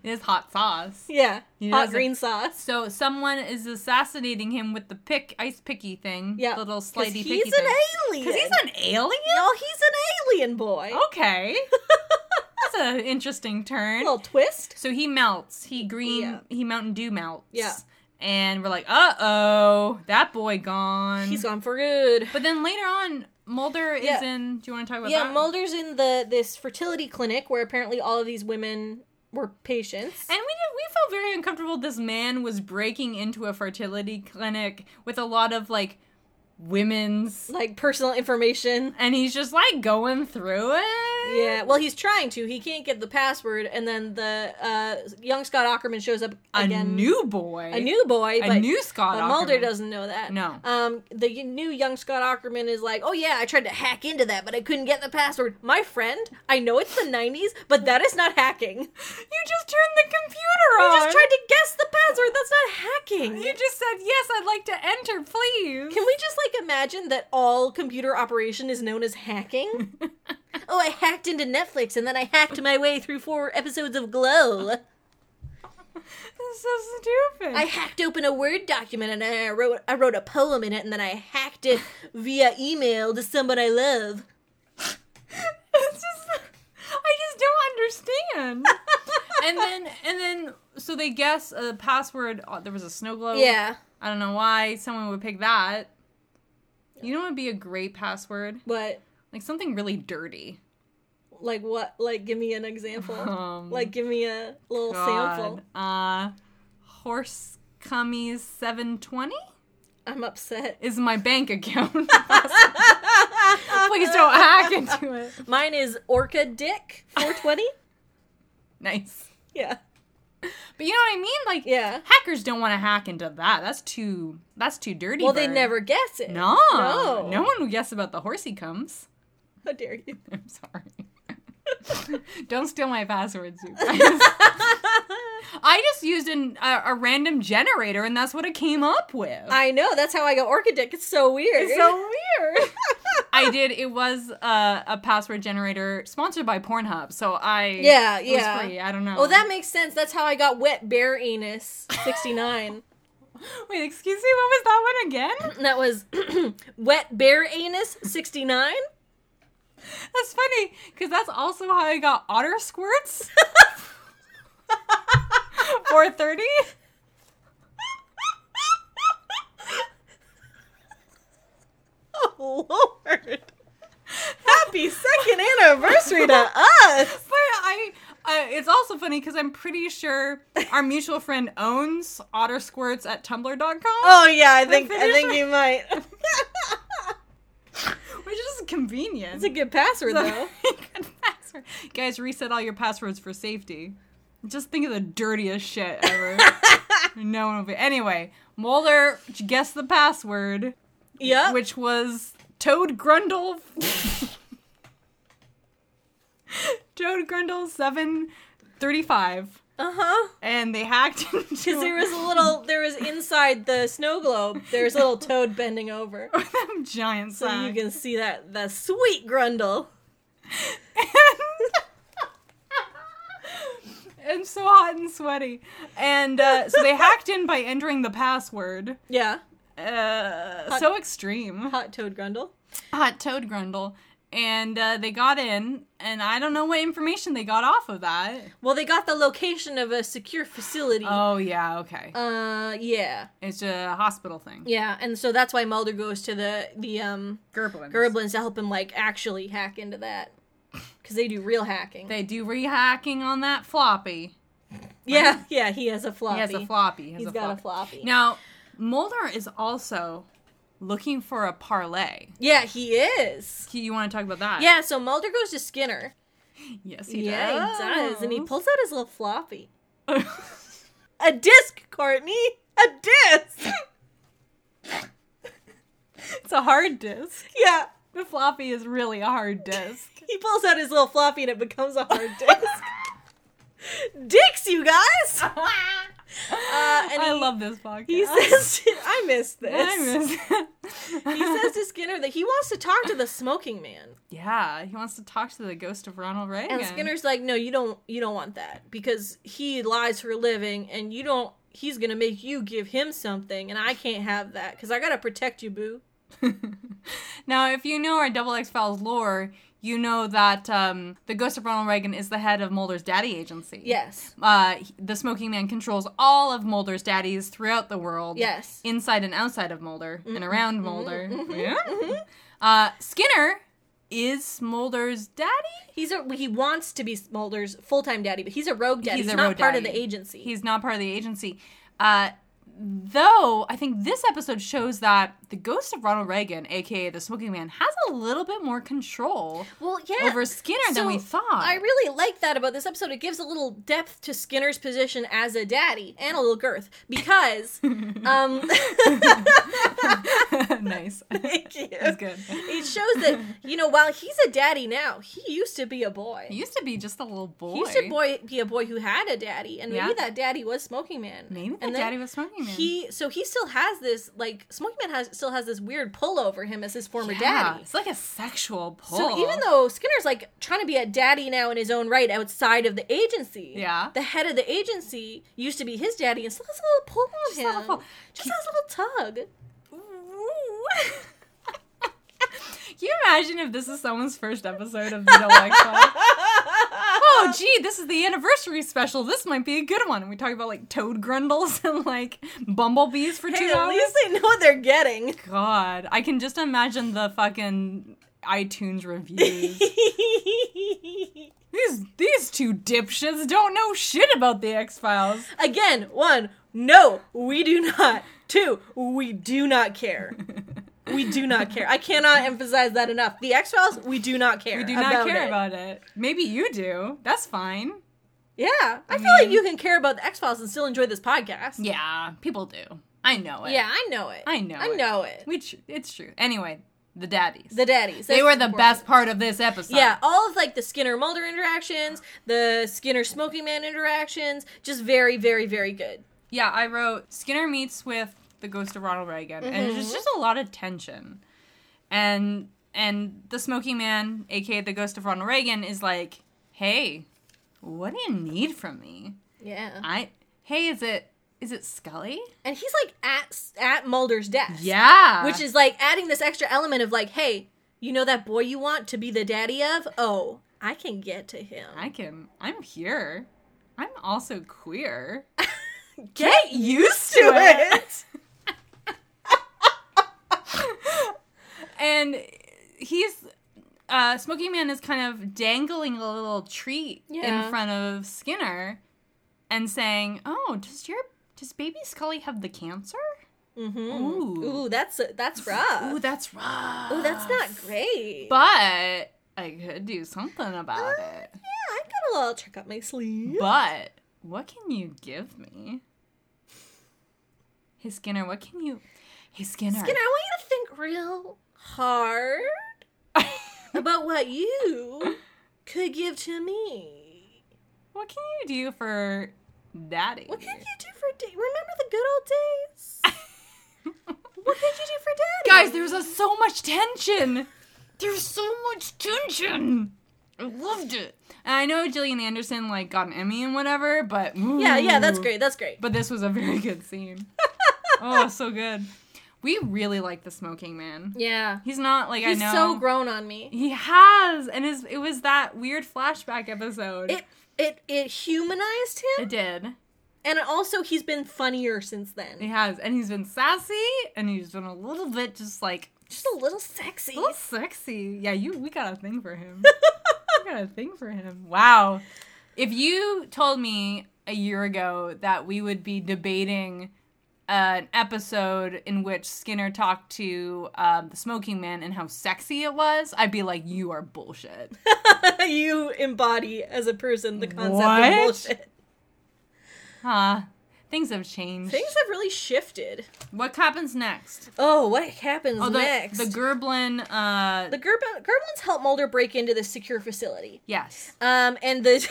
A: It is hot sauce.
B: Yeah, hot
A: doesn't-
B: green sauce.
A: So someone is assassinating him with the pick ice picky thing.
B: Yeah,
A: little
B: 'cause
A: slidey picky
B: He's an
A: thing.
B: alien.
A: Because he's Oh. an alien.
B: no, he's an alien boy.
A: Okay.
B: (laughs)
A: That's an interesting turn.
B: little twist.
A: So he melts. He green.
B: Yeah.
A: He Mountain Dew melts.
B: Yeah.
A: And we're like, uh oh, that boy gone.
B: He's gone for good.
A: But then later on, Mulder is
B: Yeah.
A: in. Do you want to talk about
B: Yeah,
A: that?
B: Mulder's in the this fertility clinic where apparently all of these women were patients.
A: And we did, we felt very uncomfortable. This man was breaking into a fertility clinic with a lot of like women's,
B: like personal information.
A: and he's just like going through it.
B: Yeah, well, he's trying to. He can't get the password, and then the uh, young Scott Ackerman shows up
A: A
B: again.
A: new boy.
B: a new boy,
A: a
B: but,
A: new Scott.
B: but Mulder
A: Aukerman.
B: doesn't know that.
A: No.
B: um, the y- new young Scott Ackerman is like, "Oh yeah, I tried to hack into that, but I couldn't get the password." My friend, I know it's the '90s, but that is not hacking.
A: You just turned the computer
B: You
A: on.
B: just tried to guess the password. That's not hacking.
A: You just said yes. I'd like to enter, please.
B: Can we just like imagine that all computer operation is known as
A: (laughs)
B: hacking? oh, I hacked into Netflix and then I hacked my way through four episodes of Glow.
A: This is so stupid.
B: I hacked open a Word document and I wrote I wrote a poem in it and then I hacked it via email to someone I
A: (laughs)
B: love.
A: it's just (laughs) I just don't understand. and then and then so they guess a password. Oh, there was a snow globe.
B: Yeah.
A: I don't know why someone would pick that. You know what would be a great password?
B: But
A: Like something really dirty.
B: like what like give me an example.
A: Um,
B: Like give me a little
A: God.
B: sample.
A: Uh, horse cummies seven twenty
B: I'm upset.
A: is my bank
B: (laughs)
A: account. Please don't hack into it.
B: Mine is Orca Dick 420.
A: (laughs) Nice.
B: yeah.
A: But you know what I mean? Like
B: Yeah.
A: hackers don't want to hack into that. That's too that's too dirty.
B: Well, they
A: bird.
B: never guess it.
A: No.
B: No.
A: No. No one would guess about the horsey comes.
B: How dare you? (laughs)
A: (laughs) I'm sorry. (laughs) don't steal my passwords, you guys.
B: (laughs)
A: I just used an, a, a random generator, and that's what it came up with.
B: I know. That's how I got Orca Dick. It's so weird.
A: It's so weird. (laughs) I did. It was uh, a password generator sponsored by Pornhub, so I
B: Yeah,
A: it was
B: yeah.
A: free. I don't know.
B: oh, that makes sense. That's how I got Wet Bear Anus 69.
A: wait. Excuse me. What was that one
B: (laughs)
A: again?
B: And (laughs) that was (clears throat) Wet Bear Anus 69.
A: That's funny because that's also how I got otter
B: (laughs)
A: squirts. (laughs) Four thirty.
B: (laughs) Oh, Lord. Happy second anniversary (laughs) to us.
A: But I, uh, it's also funny because I'm pretty sure our mutual friend owns otter squirts at tumblr.com,
B: Oh, yeah. I think, I
A: finished
B: think
A: my-
B: you (laughs) might.
A: which is convenient.
B: Oh. It's a good password, though.
A: (laughs) Good password. Guys, reset all your passwords for safety. Just think of the dirtiest shit
B: (laughs)
A: ever. no one will be. Anyway, Mulder guessed the password,
B: (laughs) Yeah.
A: which was Toad Grundle. (laughs) Toad Grundle 735.
B: Uh huh.
A: And they
B: (laughs)
A: hacked into
B: Because there was a little, there was inside the snow globe, there was a little toad bending over.
A: them giant
B: So you
A: sack.
B: can see that, that sweet grundle.
A: I'm so hot (laughs) and sweaty. And uh, so they hacked in by entering the password.
B: Yeah.
A: Uh, so extreme.
B: Hot toad grundle.
A: Hot Toad Grundle. And uh, they got in, and I don't know what information they got off of that.
B: Well, they got the location of a secure facility.
A: Oh, yeah, okay.
B: Uh, yeah.
A: It's a hospital thing.
B: Yeah, and so that's why Mulder goes to the, the, um,
A: Gerblin.
B: Gerblins to help him, like, actually hack into that. Because they do real hacking.
A: They do rehacking on that floppy.
B: yeah, yeah, he has a floppy.
A: He has a floppy. He has
B: He's
A: a
B: got
A: floppy.
B: a floppy.
A: Now, Mulder is also looking for a parlay.
B: yeah, he is.
A: He- You want to talk about that?
B: Yeah, so Mulder goes to Skinner.
A: Yes, he
B: yeah,
A: does.
B: he does. And
A: (laughs)
B: he pulls out his little floppy.
A: pulls.
B: A disc, Courtney! A disc! (laughs)
A: it's a hard disc.
B: yeah.
A: The floppy is really a hard disc.
B: (laughs) He pulls out his little floppy and it becomes a (laughs) hard disc. Dicks, you guys! Uh, and
A: I
B: he,
A: love this podcast.
B: He says, I miss this.
A: (laughs) I miss-
B: he says to Skinner that he wants to talk to the smoking man.
A: "Yeah, he wants to talk to the ghost of Ronald Reagan."
B: And Skinner's like, "No, you don't. You don't want that because he lies for a living, and you don't. He's gonna make you give him something, and I can't have that because I gotta protect you, boo."
A: (laughs) now, if you know our Double X Files lore, you know that um, the ghost of Ronald Reagan is the head of Mulder's daddy agency.
B: Yes.
A: Uh, he- the smoking man controls all of Mulder's daddies throughout the world.
B: Yes. Mm-hmm.
A: Inside and outside of Mulder and around Mulder. Yeah. Uh, Skinner is Mulder's daddy.
B: He's a he wants to be Mulder's full time daddy, but he's a rogue daddy. He's,
A: a
B: not
A: rogue
B: part of
A: daddy.
B: the agency.
A: He's not part of the agency. Uh, though, I think this episode shows that the ghost of Ronald Reagan, aka the smoking man, has a little bit more control.
B: well, yeah.
A: over Skinner than we thought.
B: I really like that about this episode. It gives a little depth to Skinner's position as a daddy and a little girth
A: (laughs)
B: because, um,
A: (laughs)
B: (laughs)
A: nice.
B: thank you.
A: That's good.
B: It shows that you know while he's a daddy now, he used to be a boy.
A: He used to be just a little boy.
B: He used to boy be a boy who had a daddy, and maybe
A: Yeah.
B: that daddy was Smoking Man.
A: Maybe
B: and
A: the daddy was smoking man.
B: He so he still has this like Smoking Man has still has this weird pull over him as his former
A: Yeah,
B: daddy.
A: It's like a sexual pull.
B: So even though Skinner's like trying to be a daddy now in his own right outside of the agency,
A: Yeah.
B: the head of the agency used to be his daddy, and still has a little pull on
A: Just a
B: him,
A: little pull.
B: just has a little
A: (laughs)
B: tug.
A: (laughs)
B: (laughs)
A: Can you imagine if this is someone's first episode of the Double X
B: (laughs)
A: Files? Oh, gee, this is the anniversary special. This might be a good one. And we talk about like toad grundles (laughs) and like bumblebees for two
B: Hey, at
A: hours.
B: least they know what they're getting. (laughs)
A: God, I can just imagine the fucking iTunes
B: (laughs)
A: reviews. these these two dipshits don't know shit about the X Files.
B: Again, one, no, we do not. Two, we do
A: (laughs)
B: not care. We do not care. I cannot emphasize that enough. The X Files, we do not care.
A: We do not care
B: it.
A: about it. Maybe you do. That's fine.
B: Yeah, I, feel like you can care about the X Files and still enjoy this podcast.
A: Mm-hmm. Yeah, people do. I know it.
B: Yeah, I know it.
A: I know
B: I
A: it.
B: know it.
A: which it's true. Anyway, the daddies.
B: The daddies.
A: they
B: that's
A: were the
B: important.
A: best part of this episode.
B: Yeah, all of like the Skinner Mulder interactions, the Skinner Smoking Man interactions, just very, very, very good.
A: Yeah, I wrote Skinner meets with the ghost of Ronald Reagan, and
B: Mm-hmm.
A: it's just a lot of tension. And and the smoking man, aka the ghost of Ronald Reagan, is like, Hey, what do you need from me?
B: Yeah,
A: I hey, is it is it Scully?
B: and he's like at at Mulder's desk.
A: Yeah.
B: which is like adding this extra element of like, hey, you know that boy you want to be the daddy of? Oh, I can get to him.
A: I can I'm here. I'm also queer.
B: get
A: used
B: to
A: (laughs)
B: it.
A: and he's uh smoking man is kind of dangling a little treat
B: Yeah.
A: in front of skinner and saying oh does your does baby scully have the cancer
B: Mm-hmm.
A: ooh
B: Ooh, that's that's rough.
A: Ooh, that's rough
B: Uh, Ooh, that's not great.
A: but i could do something about
B: Uh,
A: it
B: yeah, I got a little trick up my sleeve.
A: but what can you give me hey skinner what can you hey skinner (laughs)
B: Skinner, I want you to think real hard about what you could give to me.
A: What can you do for daddy?
B: What could you do for da- remember the good old days? what could you do for daddy?
A: (laughs) Guys, there's a, so much tension. There's so much tension. I loved it. And I know Gillian Anderson like got an Emmy and whatever, but
B: yeah, yeah, that's
A: ooh.
B: great. That's great.
A: But this was a very good (laughs) scene. oh, so good. We really like the smoking man.
B: yeah,
A: He's not like
B: he's
A: I know.
B: so grown on me.
A: He has, and his, it was that weird flashback episode.
B: It it it humanized him,
A: It did.
B: and also he's been funnier since then.
A: He has, and he's been sassy, and he's been a little bit just like
B: Just a little
A: (laughs)
B: sexy.
A: a little sexy. Yeah, you. We got a thing for (laughs) him. we got a thing for him. Wow. If you told me a year ago that we would be debating an episode in which Skinner talked to um, the smoking man and how sexy it was, I'd be like, "You are (laughs) bullshit."
B: (laughs) you embody as a person the concept
A: What?
B: of bullshit.
A: huh? Things have changed.
B: Things have really shifted.
A: What happens next?
B: Oh, what happens
A: Oh, the,
B: next?
A: the Gerblin. Uh,
B: The Gerb- Gerblins help Mulder break into this secure facility.
A: yes.
B: Um, and the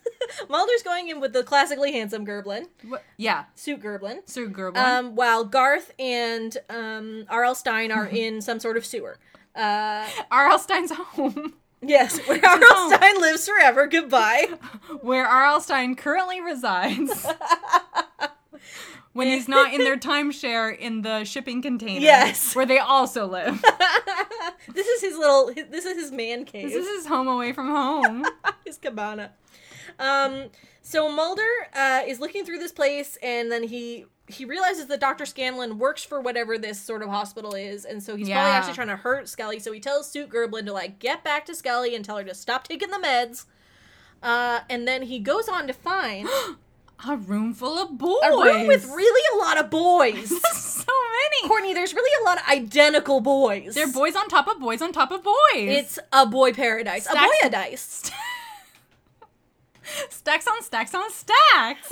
B: (laughs) Mulder's going in with the classically handsome Gerblin,
A: What? Yeah.
B: suit Gerblin.
A: Sir Gerblin.
B: Um, while Garth and um, R.L.
A: (laughs)
B: Stein are in some sort of sewer. Uh,
A: R.L. Stein's (laughs) home, (laughs)
B: yes, where R.L.
A: home.
B: Stein lives
A: (laughs)
B: forever. Goodbye.
A: where R.L. Stein currently resides. when he's not
B: (laughs)
A: in their timeshare in the shipping container.
B: Yes.
A: Where they also
B: (laughs)
A: live.
B: this is his little. This is his man cave.
A: this is his home away from home.
B: his cabana. Um, so Mulder uh, is looking through this place, and then he he realizes that Doctor Scanlon works for whatever this sort of hospital is, and so he's probably
A: Yeah.
B: actually trying to hurt Scully. So he tells Sue Gerblin to like get back to Scully and tell her to stop taking the meds. Uh, and then he goes on
A: (gasps)
B: to find
A: A room full of boys.
B: a room with really a lot of boys.
A: (laughs) so many.
B: Courtney, there's really a lot of identical boys.
A: They're boys on top of boys on top of boys.
B: It's a boy paradise, a
A: Stacks-
B: boy paradise.
A: (laughs) stacks on stacks on
B: (laughs)
A: stacks.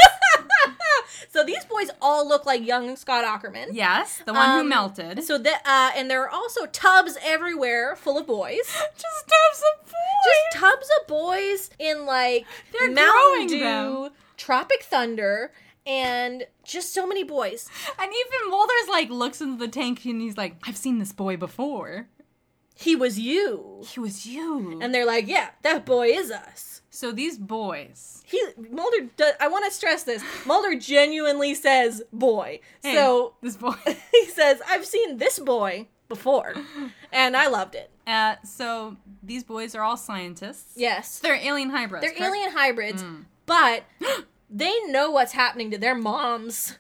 B: so these boys all look like young Scott Ackerman.
A: yes, the one who
B: Um,
A: melted.
B: So that uh, and there are also tubs everywhere full of boys.
A: (laughs) (laughs) just tubs of boys.
B: Just tubs of boys in like
A: They're growing
B: Mountain Dew,
A: them.
B: Tropic Thunder, and just so many boys.
A: And even Mulder's like looks into the tank and he's like, I've seen this boy before.
B: He was you.
A: He was you. And
B: And they're like, yeah, that boy is us.
A: so these boys.
B: He Mulder. Does, I want to stress this. Mulder genuinely says boy.
A: Hey,
B: So (laughs)
A: this boy.
B: he says, I've seen this boy
A: (laughs)
B: before, and I loved it.
A: uh, so these boys are all scientists.
B: Yes,
A: They're alien hybrids.
B: they're
A: correct? Mm.
B: alien hybrids,
A: (gasps)
B: but they know what's happening to their moms.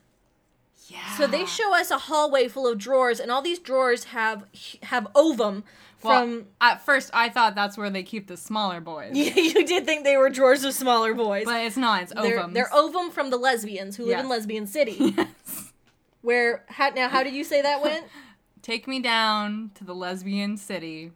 A: Yeah.
B: So they show us a hallway full of drawers, and all these drawers have have ovum
A: Well,
B: from. (laughs)
A: at first I thought that's where they keep the smaller boys.
B: you did think they were drawers of smaller boys.
A: But it's not. It's
B: they're,
A: ovums.
B: they're ovum from the lesbians who live in
A: Yes.
B: Lesbian
A: (laughs)
B: City. Where how, now? How did you say that went?
A: Take me down to the lesbian city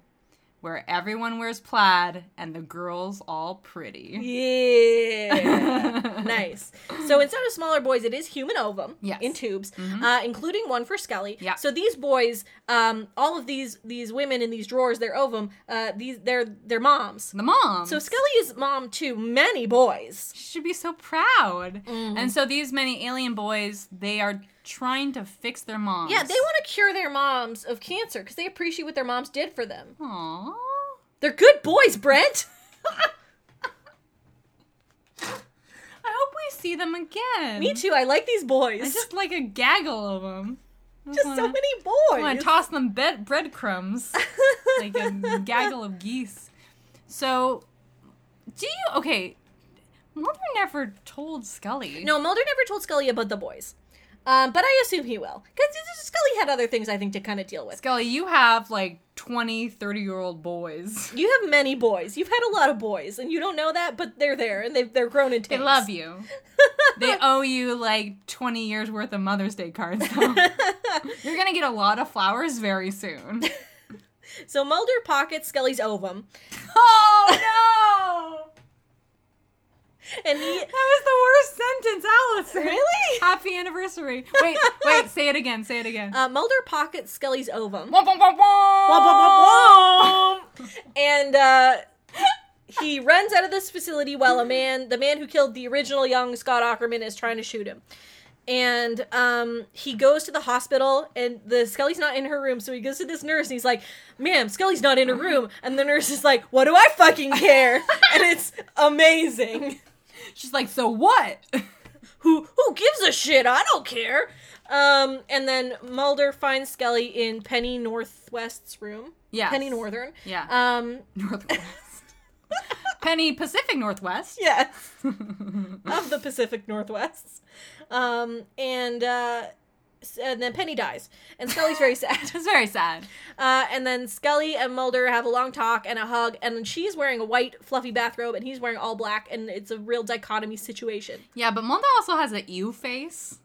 A: where everyone wears plaid and the girls all pretty.
B: Yeah, nice. So instead of smaller boys, it is human ovum
A: Yes.
B: in tubes, uh, including one for Scully.
A: Yeah.
B: So these boys, um, all of these these women in these drawers, their ovum, uh, these they're their moms.
A: The mom.
B: So Scully's mom to many boys.
A: She should be so proud.
B: Mm.
A: And so these many alien boys, they are trying to fix their moms.
B: Yeah, they want to cure their moms of cancer because they appreciate what their moms did for them.
A: Aww.
B: They're good boys, Brent.
A: I hope we see them again.
B: Me too. I like these boys.
A: It's
B: just,
A: just like a gaggle of
B: (laughs)
A: them.
B: so many
A: I want
B: boys.
A: to toss them bed-
B: (laughs)
A: breadcrumbs like a gaggle of geese. So, do you okay? Mulder never told Scully.
B: no, Mulder never told Scully about the boys, um, but I assume he will because Scully had other things I think to kind of deal with.
A: Scully, you have like 20, 30 year old boys.
B: You have many boys. You've had a lot of boys, and you don't know that, but they're there and they've, they're grown in
A: They
B: tanks.
A: love you.
B: (laughs)
A: they owe you like 20 years worth of Mother's Day cards.
B: (laughs)
A: though. You're going to get a lot of flowers very soon.
B: (laughs) So Mulder (laughs) pockets Scully's ovum,
A: oh,
B: and he
A: (laughs) was the worst sentence, Allison.
B: Really?
A: Happy anniversary.
B: (laughs)
A: Wait, wait, say it again, say it again.
B: uh, Mulder pockets Scully's ovum.
A: Womp, womp, womp,
B: Womp,
A: womp.
B: womp, womp, womp. and uh, he runs out of this facility while a man, the man who killed the original young Scott Ackerman, is trying to shoot him. And um, he goes to the hospital, and the Scully's not in her room, so he goes to this nurse, and he's like, "Ma'am, Scully's not in her room." And the nurse is like, "What do I fucking care?" and it's amazing.
A: She's like, so what? (laughs)
B: Who who gives a shit? I don't care. Um, and then Mulder finds Scully in Penny Northwest's room.
A: Yes.
B: Penny Northern.
A: Yeah.
B: Um,
A: Northwest. Penny Pacific Northwest.
B: (laughs) yes. of the Pacific Northwest. Um, and uh, s- and then Penny dies, and Scully's (laughs) very sad.
A: It's very sad.
B: Uh, and then Scully and Mulder have a long talk and a hug, and then she's wearing a white fluffy bathrobe, and he's wearing all black, and it's a real dichotomy situation.
A: Yeah, but Mulder also has a ew face.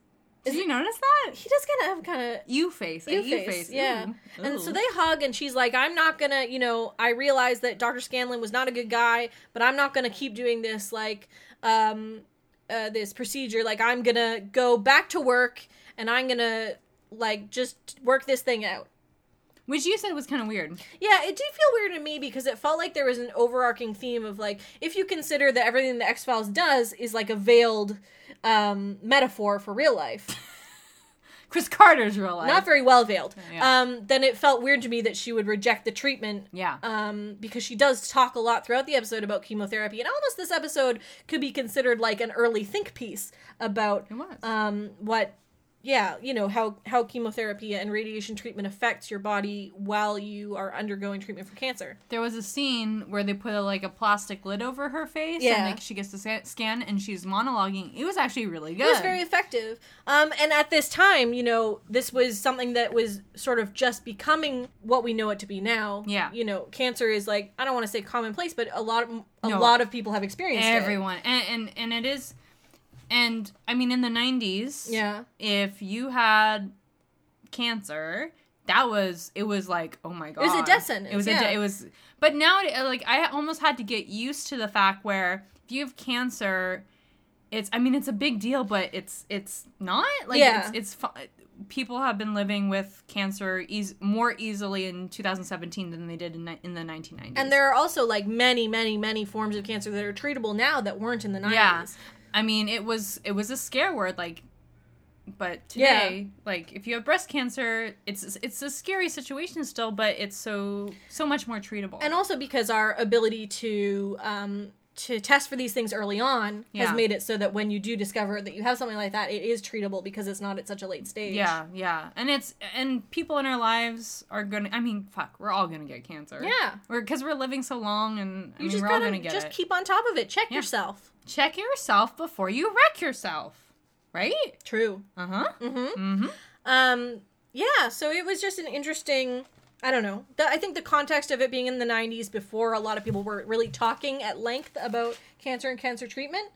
A: Did you notice that?
B: He does kind of have kind of
A: You face. a
B: Ew
A: you
B: E face,
A: face.
B: yeah.
A: Ooh.
B: And so
A: Ooh.
B: they hug, and she's like, "I'm not gonna, you know, I realize that Doctor Scanlon was not a good guy, but I'm not gonna keep doing this like, um, uh, this procedure. Like, I'm gonna go back to work, and I'm gonna like just work this thing out."
A: Which you said was kind of weird.
B: Yeah, it did feel weird to me because it felt like there was an overarching theme of like, if you consider that everything the X Files does is like a veiled um, metaphor for real life.
A: Chris Carter's real life.
B: not very well veiled.
A: Yeah.
B: Um, then it felt weird to me that she would reject the treatment.
A: Yeah.
B: Um, because she does talk a lot throughout the episode about chemotherapy, and almost this episode could be considered like an early think piece about
A: It was.
B: um what yeah you know how how chemotherapy and radiation treatment affects your body while you are undergoing treatment for cancer.
A: there was a scene where they put a, like a plastic lid over her face,
B: Yeah.
A: and like she gets to sa- scan, and she's monologuing. It was actually really good.
B: It was very effective. Um, and at this time, you know, this was something that was sort of just becoming what we know it to be now.
A: Yeah.
B: You know, cancer is like I don't want to say commonplace, but a lot of a
A: No.
B: lot of people have experienced it.
A: everyone, and, and and it is, and I mean in the nineties,
B: Yeah.
A: if you had cancer that was it was like oh my god
B: was a death sentence,
A: it was
B: yeah.
A: a de- it was but now it- like i almost had to get used to the fact where if you have cancer it's i mean it's a big deal but it's it's not like
B: Yeah.
A: it's it's fu- people have been living with cancer eas more easily in 2017 than they did in, ni- in the 1990s
B: And there are also like many, many, many forms of cancer that are treatable now that weren't in the nineties.
A: yeah i mean it was it was a scare word like but today like if you have breast cancer it's it's a scary situation still but it's so so much more treatable
B: And also because our ability to um to test for these things early on has
A: Yeah.
B: made it so that when you do discover that you have something like that, it is treatable because it's not at such a late stage.
A: yeah yeah and it's and people in our lives are gonna i mean fuck we're all gonna get cancer
B: Yeah.
A: we're because we're living so long and I
B: You
A: mean,
B: just
A: we're all
B: gotta
A: gonna get
B: just
A: it
B: keep on top of it. Check
A: Yeah.
B: yourself.
A: check yourself before you wreck yourself right
B: True.
A: uh-huh
B: Um, yeah, so it was just an interesting. I don't know. The, I think the context of it being in the 90s before a lot of people were really talking at length about cancer and cancer treatment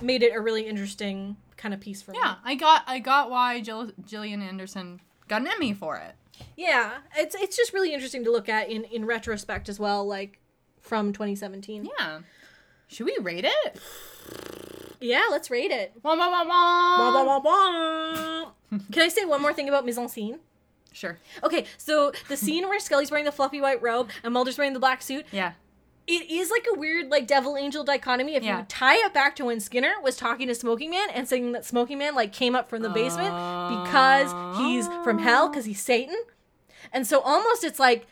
B: made it a really interesting kind of piece for
A: yeah i got i got why Jill, jillian anderson got an emmy for it
B: me. Yeah. It's it's just really interesting to look at in in retrospect as well like from 2017. Yeah,
A: yeah should we rate it
B: let's rate it.
A: Wah,
B: Um,
A: wah, wah, wah.
B: Wah, wah, wah, wah. Can I say one more thing about mise en scene?
A: Sure.
B: Okay, so the scene where Scully's wearing the fluffy white robe and Mulder's wearing the black suit,
A: Yeah.
B: it is like a weird like devil angel dichotomy if
A: Yeah.
B: you tie it back to when skinner was talking to smoking man and saying that smoking man like came up from the basement because he's from hell because he's satan and so almost it's like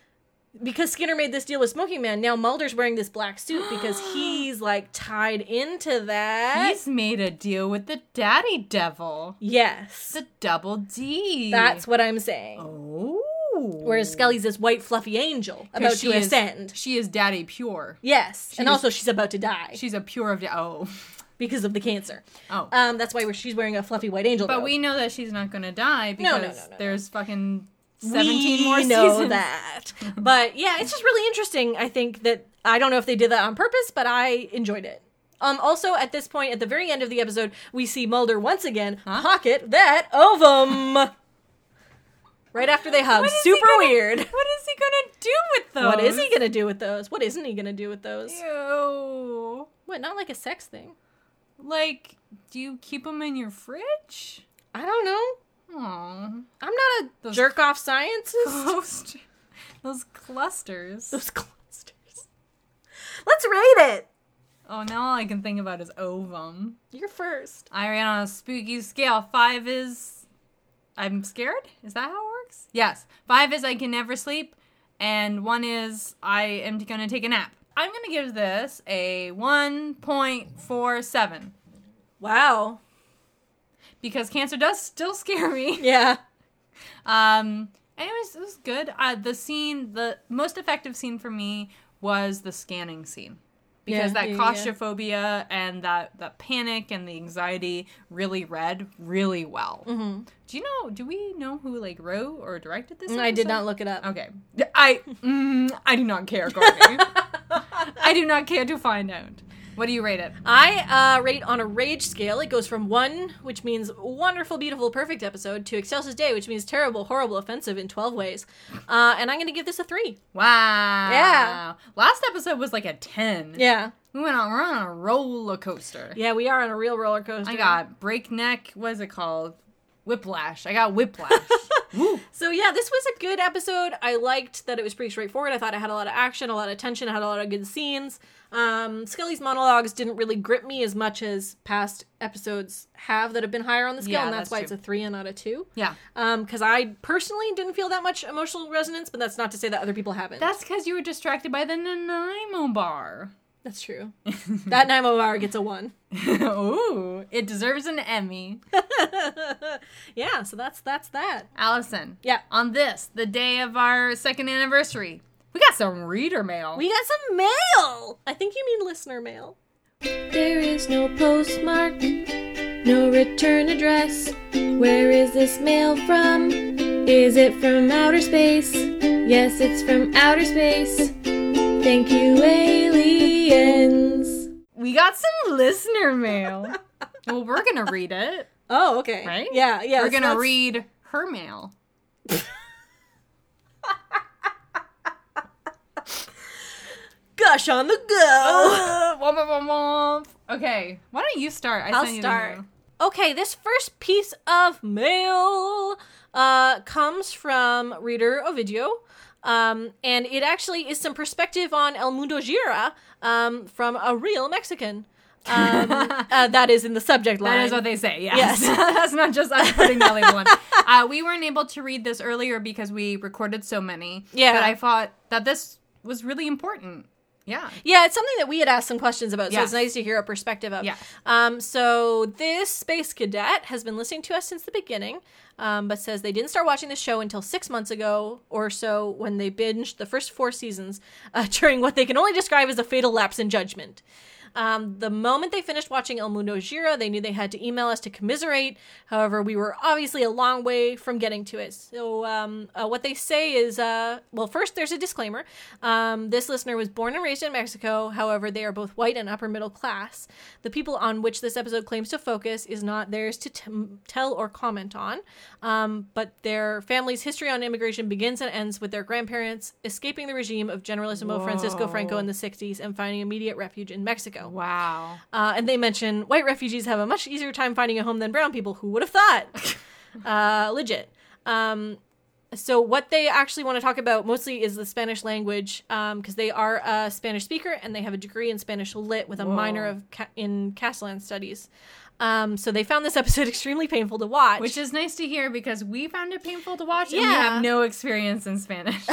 B: because skinner made this deal with smoking man now mulder's wearing this black suit
A: (gasps)
B: because he's like tied into that
A: He's made a deal with the daddy devil.
B: yes
A: It's a double D.
B: that's what i'm saying
A: Oh.
B: whereas scully's this white fluffy angel about to
A: is,
B: ascend
A: She is daddy pure.
B: yes and
A: is-
B: also she's about to die
A: She's a pure of. Oh.
B: because of the cancer
A: Oh.
B: Um, that's why we're, she's wearing a fluffy white angel.
A: but
B: robe.
A: we know that she's not going to die
B: No, no,
A: because
B: no, no, no.
A: there's fucking
B: We
A: 17 more
B: know
A: seasons. (laughs)
B: that. but yeah, it's just really interesting. I think that I don't know if they did that on purpose, but I enjoyed it. Um, also, at this point, at the very end of the episode, we see Mulder once again pocket that ovum. (laughs) right after they hug,
A: What is he
B: super
A: gonna-
B: weird.
A: What is he going to do with those?
B: What is he gonna do with those? What isn't he gonna do with those?
A: Ew.
B: What? Not like a sex thing.
A: Like, do you keep them in your fridge?
B: I don't know.
A: Aww.
B: I'm not a
A: Those-
B: jerk off scientist. (laughs)
A: Those, (laughs) those clusters.
B: Those clusters. Let's rate it.
A: Oh, now all I can think about is ovum.
B: You're first.
A: I ran on a spooky scale. Five is I'm scared? Is that how it works? Yes. Five is I can never sleep, and one is I am gonna take a nap. I'm gonna give this a 1.47
B: Wow.
A: because cancer does still (laughs) scare me.
B: Yeah.
A: Um, anyways, it was good. Uh, the scene, the most effective scene for me was the scanning scene because
B: Yeah,
A: that
B: yeah, yeah.
A: claustrophobia and that that panic and the anxiety really read really well. Mm-hmm. Do you know? Do we know who like wrote or directed this?
B: Mm, I did
A: episode?
B: not look it up.
A: Okay, I mm, I do not care,
B: (laughs)
A: Courtney. I do not care to find out. What do you rate it?
B: I uh, rate on a rage scale. It goes from one, which means wonderful, beautiful, perfect episode, to Excelsis Day, which means terrible, horrible, offensive in 12 ways. Uh, and I'm going to give this a three.
A: Wow.
B: Yeah.
A: Last episode was like a ten.
B: Yeah.
A: We went on. We're on a roller coaster.
B: Yeah, we are on a real roller coaster.
A: I got breakneck. What is it called? Whiplash. I got (laughs) whiplash. Woo.
B: So yeah, this was a good episode. I liked that it was pretty straightforward. I thought it had a lot of action, a lot of tension, it had a lot of good scenes. Um, Skelly's monologues didn't really grip me as much as past episodes have that have been higher on the scale,
A: Yeah,
B: and that's,
A: that's
B: why
A: true.
B: it's a three and not a two.
A: Yeah.
B: Because Um, I personally didn't feel that much emotional resonance, but that's not to say that other people haven't.
A: That's because you were distracted by the Nanaimo bar. (laughs)
B: that's true. that Naimo Bar gets a one.
A: Ooh, it deserves an Emmy.
B: Yeah, so that's that's that.
A: Allison.
B: Yeah.
A: On this, the day of our second anniversary, we got some reader mail.
B: We got some mail. I think you mean listener mail.
C: There is no postmark, no return address. Where is this mail from? Is it from outer space? Yes, it's from outer space. Thank you, aliens.
A: we got some listener (laughs) mail. well, we're gonna read it,
B: Oh, okay.
A: right?
B: Yeah, yeah.
A: We're
B: so
A: gonna
B: that's-
A: read her mail.
B: Gush on the go.
A: Womp, womp, womp, womp. Okay, why don't you start? I
B: I'll
A: sent you the
B: start.
A: mail.
B: Okay, this first piece of mail uh, comes from reader Ovidio. Um, and it actually is some perspective on El Mundo Gira um, from a real Mexican.
A: (laughs)
B: Um, uh, that is in the subject line.
A: That is what they say. Yes, (laughs)
B: Yes.
A: that's not just us putting that
B: (laughs)
A: label on. Uh, we weren't able to read this earlier because we recorded so many.
B: Yeah.
A: but I thought that this was really important. Yeah,
B: Yeah, it's something that we had asked some questions about, so
A: Yes.
B: it's nice to hear a perspective of.
A: Yeah.
B: Um, so this space cadet has been listening to us since the beginning, um, but says they didn't start watching the show until six months ago or so when they binged the first four seasons (laughs) uh, during what they can only describe as a fatal lapse in judgment. Um, the moment they finished watching El Mundo Gira, they knew they had to email us to commiserate. However, we were obviously a long way from getting to it. So, um, uh, what they say is uh, well, first, there's a disclaimer. Um, this listener was born and raised in Mexico. However, they are both white and upper middle class. The people on which this episode claims to focus is not theirs to t- tell or comment on, um, but their family's history on immigration begins and ends with their grandparents escaping the regime of Generalissimo Francisco Franco in the 60s and finding immediate refuge in Mexico.
A: wow.
B: Uh, and they mention white refugees have a much easier time finding a home than brown people. Who would have thought? uh, legit. Um, so what they actually want to talk about mostly is the Spanish language because they are a Spanish speaker and they have a degree in Spanish lit with a minor of ca- in Catalan studies. Um, so they found this episode (laughs) extremely painful to watch.
A: Which is nice to hear because we found it painful to watch, and we
B: Yeah.
A: have no experience in
B: (laughs)
A: Spanish.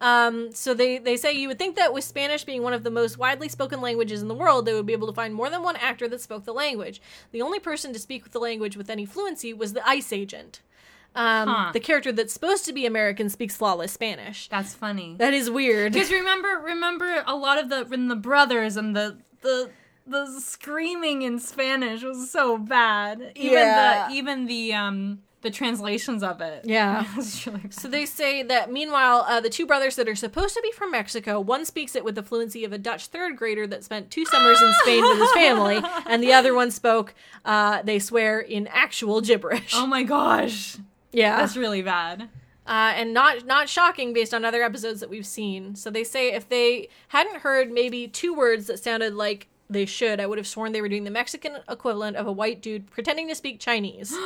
B: Um, so they, they say you would think that with Spanish being one of the most widely spoken languages in the world, they would be able to find more than one actor that spoke the language. The only person to speak the language with any fluency was the ICE agent. Um,
A: Huh.
B: The character that's supposed to be American speaks flawless Spanish.
A: That's funny.
B: That is weird.
A: Because remember, remember a lot of the when the brothers and the the the screaming in Spanish was so bad. Even
B: Yeah.
A: the even the um the translations of it.
B: Yeah.
A: (laughs) It was really bad.
B: (laughs) So they say that meanwhile, uh, the two brothers that are supposed to be from Mexico, one speaks it with the fluency of a Dutch third grader that spent two summers in Spain with
A: (laughs)
B: his family, and the other one spoke, uh, they swear, in actual gibberish.
A: Oh my gosh.
B: (laughs) yeah.
A: That's really bad.
B: uh, and not not shocking based on other episodes that we've seen. So they say if they hadn't heard maybe two words that sounded like they should. I would have sworn they were doing the Mexican equivalent of a white dude pretending to speak Chinese.
A: (gasps)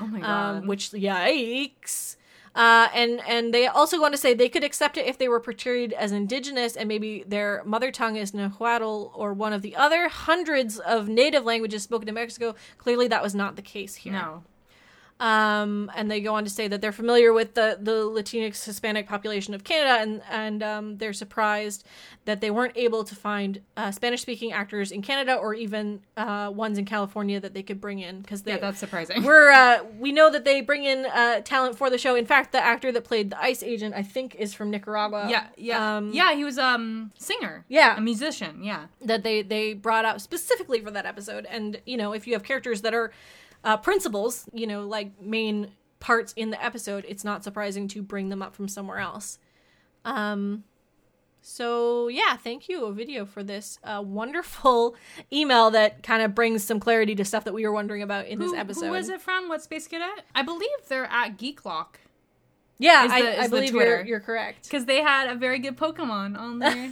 A: Oh my god.
B: um, which yikes. Uh, and and they also want to say they could accept it if they were portrayed as indigenous and maybe their mother tongue is Nahuatl or one of the other hundreds of native languages spoken in Mexico. Clearly, that was not the case here.
A: no.
B: Um, and they go on to say that they're familiar with the, the Latinx Hispanic population of Canada, and and um, they're surprised that they weren't able to find uh, Spanish speaking actors in Canada or even uh, ones in California that they could bring in because they
A: Yeah, that's surprising.
B: (laughs) we're uh, we know that they bring in uh, talent for the show. In fact, the actor that played the ICE agent, I think, is from Nicaragua.
A: (laughs) yeah, yeah.
B: um,
A: yeah, he was um singer.
B: Yeah.
A: A musician, yeah.
B: that they they brought out specifically for that episode and you know if you have characters that are uh, principals you know like main parts in the episode it's not surprising to bring them up from somewhere else um so yeah thank you ovidio for this uh, wonderful (laughs) email that kind of brings some clarity to stuff that we were wondering about in
A: Who,
B: this episode
A: who was it from? What space cadet? I believe they're at Geek Lock.
B: yeah
A: Is
B: I,
A: the- is
B: I
A: the
B: believe
A: Twitter.
B: you're, you're correct
A: Because they had a very good Pokemon on their,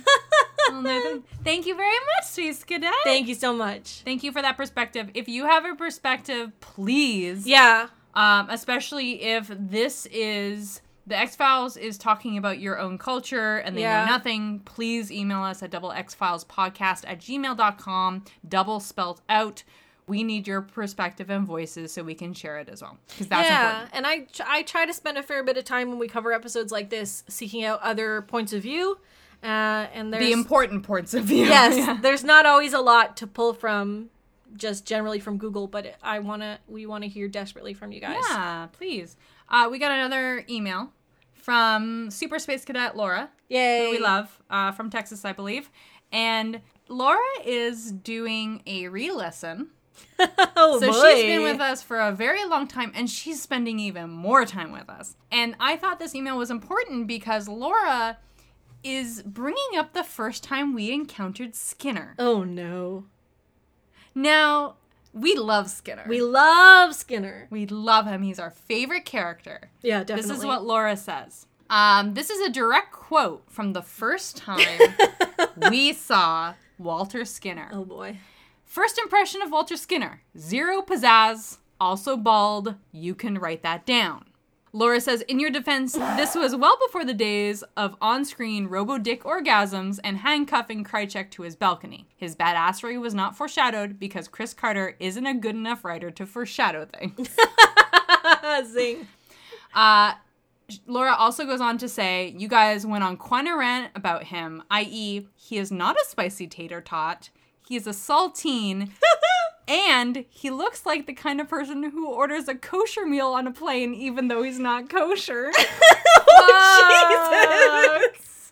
A: on their thing. Thank you very much, Space Cadet.
B: thank you so much
A: Thank you for that perspective. If you have a perspective, please.
B: yeah
A: Um, especially if this is the X Files is talking about your own culture and they
B: Yeah.
A: know nothing, please email us at double X Files podcast at gmail.com, double spelt out. We need your perspective and voices so we can share it as well. Because that's
B: yeah,
A: important.
B: and I tr- I try to spend a fair bit of time when we cover episodes like this seeking out other points of view, uh, and there's
A: The important points of view.
B: (laughs)
A: (laughs)
B: yes,
A: Yeah.
B: there's not always a lot to pull from, just generally from Google, but it- I wanna we want to hear desperately from you guys.
A: Yeah, please. Uh, we got another email from Super Space Cadet Laura,
B: Yay,
A: who we love, uh, from Texas, I believe. And Laura is doing a re lesson.
B: Oh
A: So
B: boy.
A: she's been with us for a very long time and she's spending even more time with us. And I thought this email was important because Laura is bringing up the first time we encountered Skinner.
B: Oh no,
A: Now, we love Skinner.
B: we love Skinner.
A: we love him. He's our favorite character.
B: Yeah, definitely.
A: This is what Laura says. Um, this is a direct quote from the first
B: (laughs)
A: time we saw Walter Skinner.
B: Oh boy.
A: First impression of Walter Skinner zero pizzazz, also bald. You can write that down. Laura says, in your defense, this was well before the days of on screen robo dick orgasms and handcuffing Krychek to his balcony. His badassery was not foreshadowed because Chris Carter isn't a good enough writer to foreshadow things.
B: Zing.
A: Uh, Laura also goes on to say, you guys went on quite a rant about him, i.e., he is not a spicy tater tot, he is a saltine, and he looks like the kind of person who orders a kosher meal on a plane even though he's not kosher. Fucks.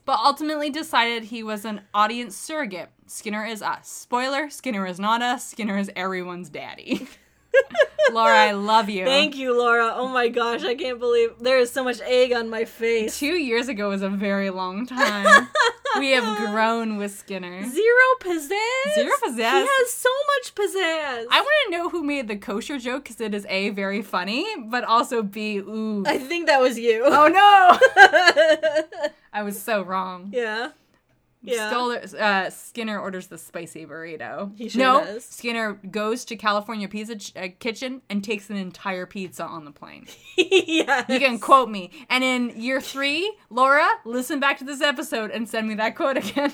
A: But ultimately decided he was an audience surrogate. Skinner is us. Spoiler, Skinner is not us. Skinner is everyone's daddy. Laura, I love you.
B: (laughs) Thank you, Laura. Oh my gosh, I can't believe there is so much egg on my face.
A: Two years ago was a very long
B: (laughs)
A: time. we have grown with Skinner.
B: Zero pizzazz.
A: Zero pizzazz.
B: He has so much pizzazz.
A: I want to know who made the kosher joke because it is A, very funny, but also B, ooh.
B: I think that was you.
A: oh no! I was so wrong.
B: (laughs) yeah. Yeah. (laughs)
A: Stoller- uh, Skinner orders the spicy burrito.
B: He sure
A: no,
B: does.
A: Skinner goes to California Pizza ch- uh, Kitchen and takes an entire pizza on the
B: (laughs)
A: plane.
B: yes.
A: (laughs) You can quote me. And in year three, Laura, listen back to this episode and send me that quote again.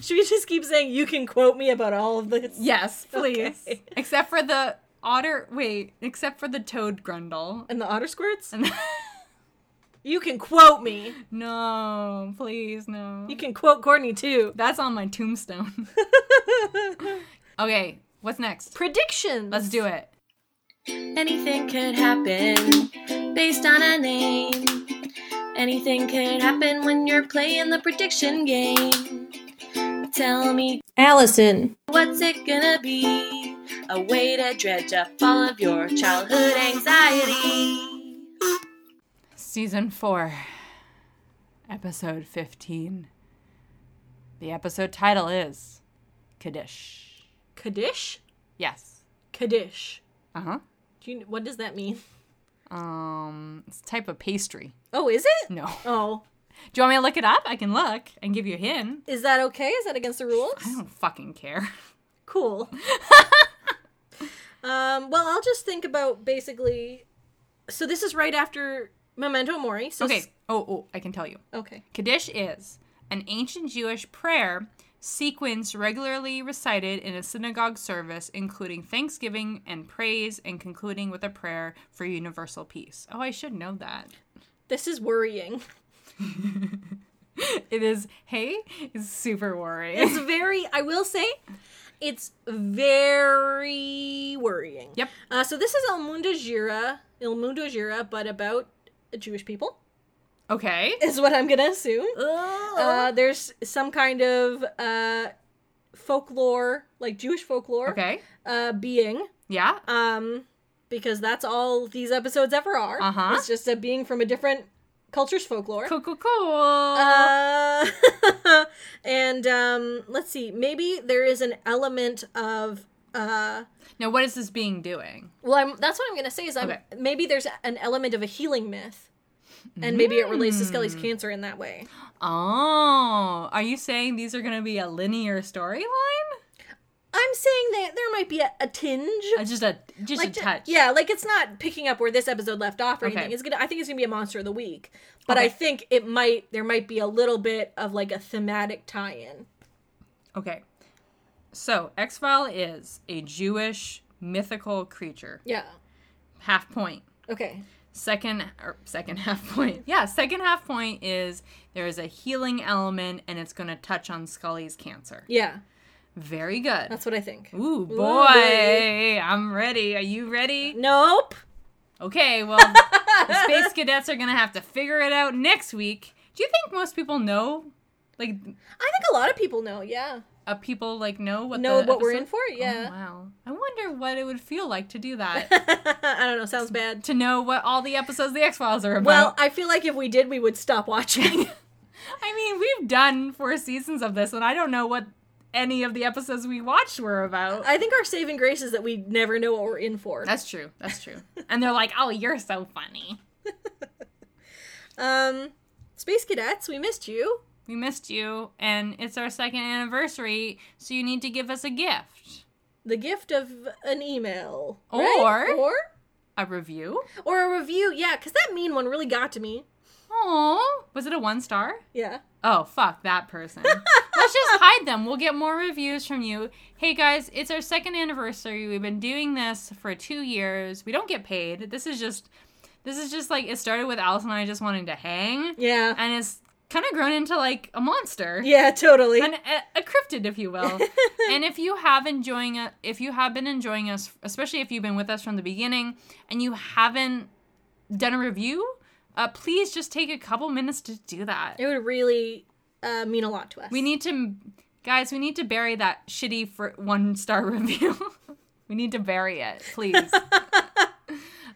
B: Should we just keep saying you can quote me about all of this?
A: (laughs) Yes, please.
B: Okay.
A: Except for the otter. Wait, except for the toad grundle.
B: And the otter squirts?
A: And-
B: You can quote me.
A: (laughs) no, please, no.
B: You can quote
A: (laughs)
B: Courtney too.
A: That's on my (laughs) tombstone. okay, what's next?
B: Predictions.
A: Let's do it.
C: Anything could happen based on a name. Anything could happen when you're playing the prediction game. Tell me,
B: Allison.
C: what's it gonna be? A way to dredge up all of your childhood anxiety.
A: Season 4, episode 15. The episode title is Kaddish.
B: Kaddish?
A: Yes.
B: Kaddish.
A: Uh huh.
B: Do you, what does that mean?
A: Um, it's a type of pastry.
B: Oh, is it?
A: No.
B: Oh.
A: Do you want me to look it up? I can look and give you a hint.
B: Is that okay? Is that against the rules?
A: I don't fucking care.
B: Cool. (laughs) um, well, I'll just think about basically. So this is right after Memento Mori. So
A: Okay.
B: s-
A: Oh, oh, I can tell you.
B: Okay.
A: Kaddish is an ancient Jewish prayer sequence regularly recited in a synagogue service, including thanksgiving and praise, and concluding with a prayer for universal peace. Oh, I should know that. (laughs)
B: This is worrying.
A: It is, hey, it's super worrying.
B: It's very. I will say, it's very worrying.
A: (laughs) Yep.
B: Uh, so this is El Mundo Gira, El Mundo Gira, but about Jewish people
A: Okay.
B: is what I'm gonna assume. Uh, there's some kind of uh, folklore, like Jewish folklore,
A: Okay.
B: uh, being
A: Yeah.
B: um because that's all these episodes ever are
A: Uh-huh.
B: it's just a being from a different culture's folklore
A: Cool, cool, cool.
B: uh (laughs) and um let's see maybe there is an element of uh
A: now, what is this being doing?
B: well I'm, that's what i'm gonna say is i'm
A: Okay.
B: maybe there's an element of a healing myth and maybe it relates to Skelly's
A: Hmm.
B: cancer in that way.
A: Oh, are you saying these are going to be a linear storyline?
B: I'm saying that there might be a, a tinge,
A: Uh, Just a just
B: like
A: a touch.
B: yeah, like it's not picking up where this episode left off or
A: Okay.
B: anything. It's gonna, I think it's gonna be a monster of the week, but I
A: Okay.
B: think it might, there might be a little bit of like a thematic tie-in.
A: Okay. So, X File is a Jewish mythical creature.
B: Yeah.
A: Half point.
B: Okay.
A: Second or second (laughs) half point. Yeah, second half point is there is a healing element and it's going to touch on Scully's cancer.
B: Yeah,
A: Very
B: (laughs)
A: good.
B: that's what I think.
A: Ooh boy,
B: baby.
A: I'm ready. Are you
B: (laughs)
A: ready?
B: Nope.
A: Okay, well,
B: (laughs)
A: the space cadets are gonna have to figure it out next week. Do you think most people know, like,
B: I think a lot of people know. Yeah.
A: uh, people like know what
B: know
A: the
B: what we're in
A: episode-
B: for?
A: Oh,
B: Yeah.
A: wow. I wonder what it would feel like to do
B: (laughs)
A: that.
B: I don't know. Sounds bad.
A: to know what all the episodes of the X Files are about.
B: Well, I feel like if we did, we would stop watching. (laughs)
A: I mean, we've done four seasons of this, and I don't know what any of the episodes we watched were about.
B: I think our saving grace is that we never know what we're in for.
A: That's true. That's true. and they're like, "Oh, you're so funny.
B: Um, Space Cadets, we missed you.
A: We missed you, and it's our second anniversary, so you need to give us a gift."
B: The gift of an email,
A: Or-
B: right? or
A: A review?
B: or a review. Yeah, because that mean one really got to me.
A: Oh, was it a one star?
B: Yeah.
A: Oh, fuck that person. Let's
B: (laughs)
A: just hide them. We'll get more reviews from you. Hey guys, it's our second anniversary. We've been doing this for two years. We don't get paid. This is just, this is just like it started with Alice and I just wanting to hang,
B: Yeah.
A: and it's kind of grown into like a monster.
B: yeah. Totally.
A: An, a, a cryptid, if you
B: (laughs)
A: will. and if you have enjoying it, if you have been enjoying us, especially if you've been with us from the beginning, and you haven't done a review, uh, please just take a couple minutes to do that.
B: it would really uh, mean a lot to us.
A: We need to, guys. We need to bury that shitty for one star (laughs) review. we need to bury it,
B: (laughs)
A: please.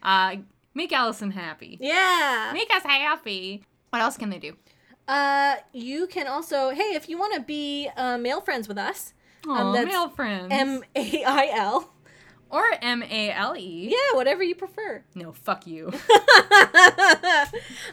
A: uh, make Allison happy.
B: Yeah.
A: Make us happy. What else can they do?
B: Uh, you can also, hey, if you want to be uh, male friends with us, um,
A: Aw,
B: that's
A: Oh, male friends
B: M A I L.
A: or M A L E.
B: Yeah, whatever you prefer. (laughs)
A: No, fuck you.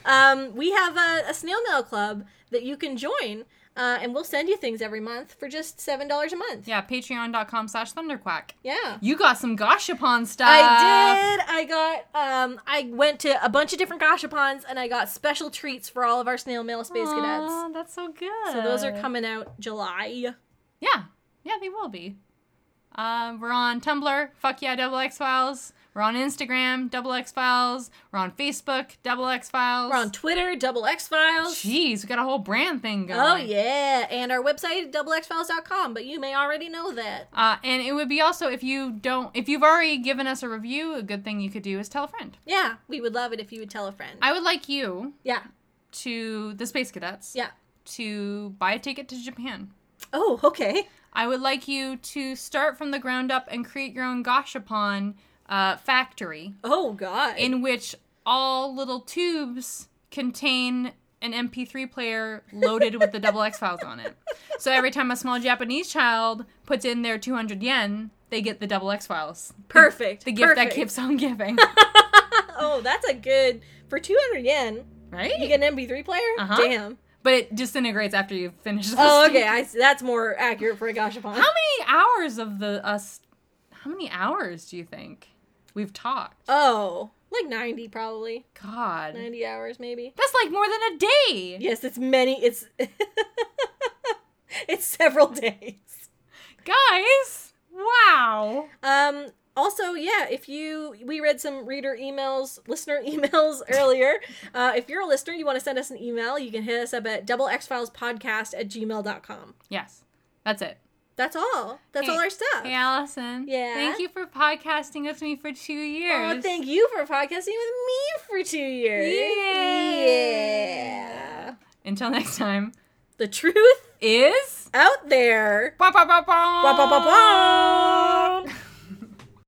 B: Um, we have a, a snail mail club that you can join, uh, and we'll send you things every month for just seven dollars a month.
A: yeah, patreon.com slash thunderquack.
B: Yeah.
A: You got some goshapon stuff. Uh,
B: I did. I got. Um, I went to a bunch of different gashapons, and I got special treats for all of our snail mail space cadets.
A: Aw, that's so good.
B: So those are coming out July.
A: Yeah, yeah, they will be. Uh, we're on Tumblr, fuck yeah, double X Files. We're on Instagram, double X Files. We're on Facebook, double X Files.
B: We're on Twitter, Double X Files.
A: Jeez, we got a whole brand thing going.
B: Oh yeah, and our website doublexfiles.com, but you may already know that.
A: Uh, and it would be also if you don't, if you've already given us a review, a good thing you could do is tell a friend.
B: Yeah, we would love it if you would tell a friend.
A: I would like you
B: yeah,
A: to the Space Cadets
B: yeah.
A: to buy a ticket to Japan.
B: Oh, okay.
A: I would like you to start from the ground up and create your own Goshapon uh, factory.
B: Oh god.
A: in which all little tubes contain an MP3 player loaded with the double X files on it. So every time a small Japanese child puts in their 200 yen, they get the double X files.
B: perfect.
A: The gift that
B: (laughs) perfect.
A: keeps on giving.
B: Oh, that's a good for two hundred yen.
A: right?
B: You get an MP3 player?
A: Uh-huh.
B: Damn.
A: but it disintegrates after you finish. Listening.
B: Oh, okay. I, see. that's more accurate for Agashapon.
A: How many hours of the us? How many hours do you think we've talked?
B: Oh, like 90 probably.
A: God,
B: 90 hours maybe.
A: that's like more than a day.
B: Yes, it's many. It's (laughs) it's several days.
A: Guys, wow.
B: Um also, yeah, if you we read some reader emails, listener (laughs) emails earlier. Uh, if you're a listener, you want to send us an email, you can hit us up at double x files podcast at gmail.com.
A: Yes, that's it.
B: That's all. That's all our stuff.
A: Hey, Allison.
B: Yeah?
A: Thank you for podcasting with me for two years.
B: Oh, thank you for podcasting with me for two years.
A: Yeah.
B: Yeah.
A: Until next time,
B: The truth
A: is.
B: out there.
A: Ba ba ba ba.
B: Ba ba ba ba.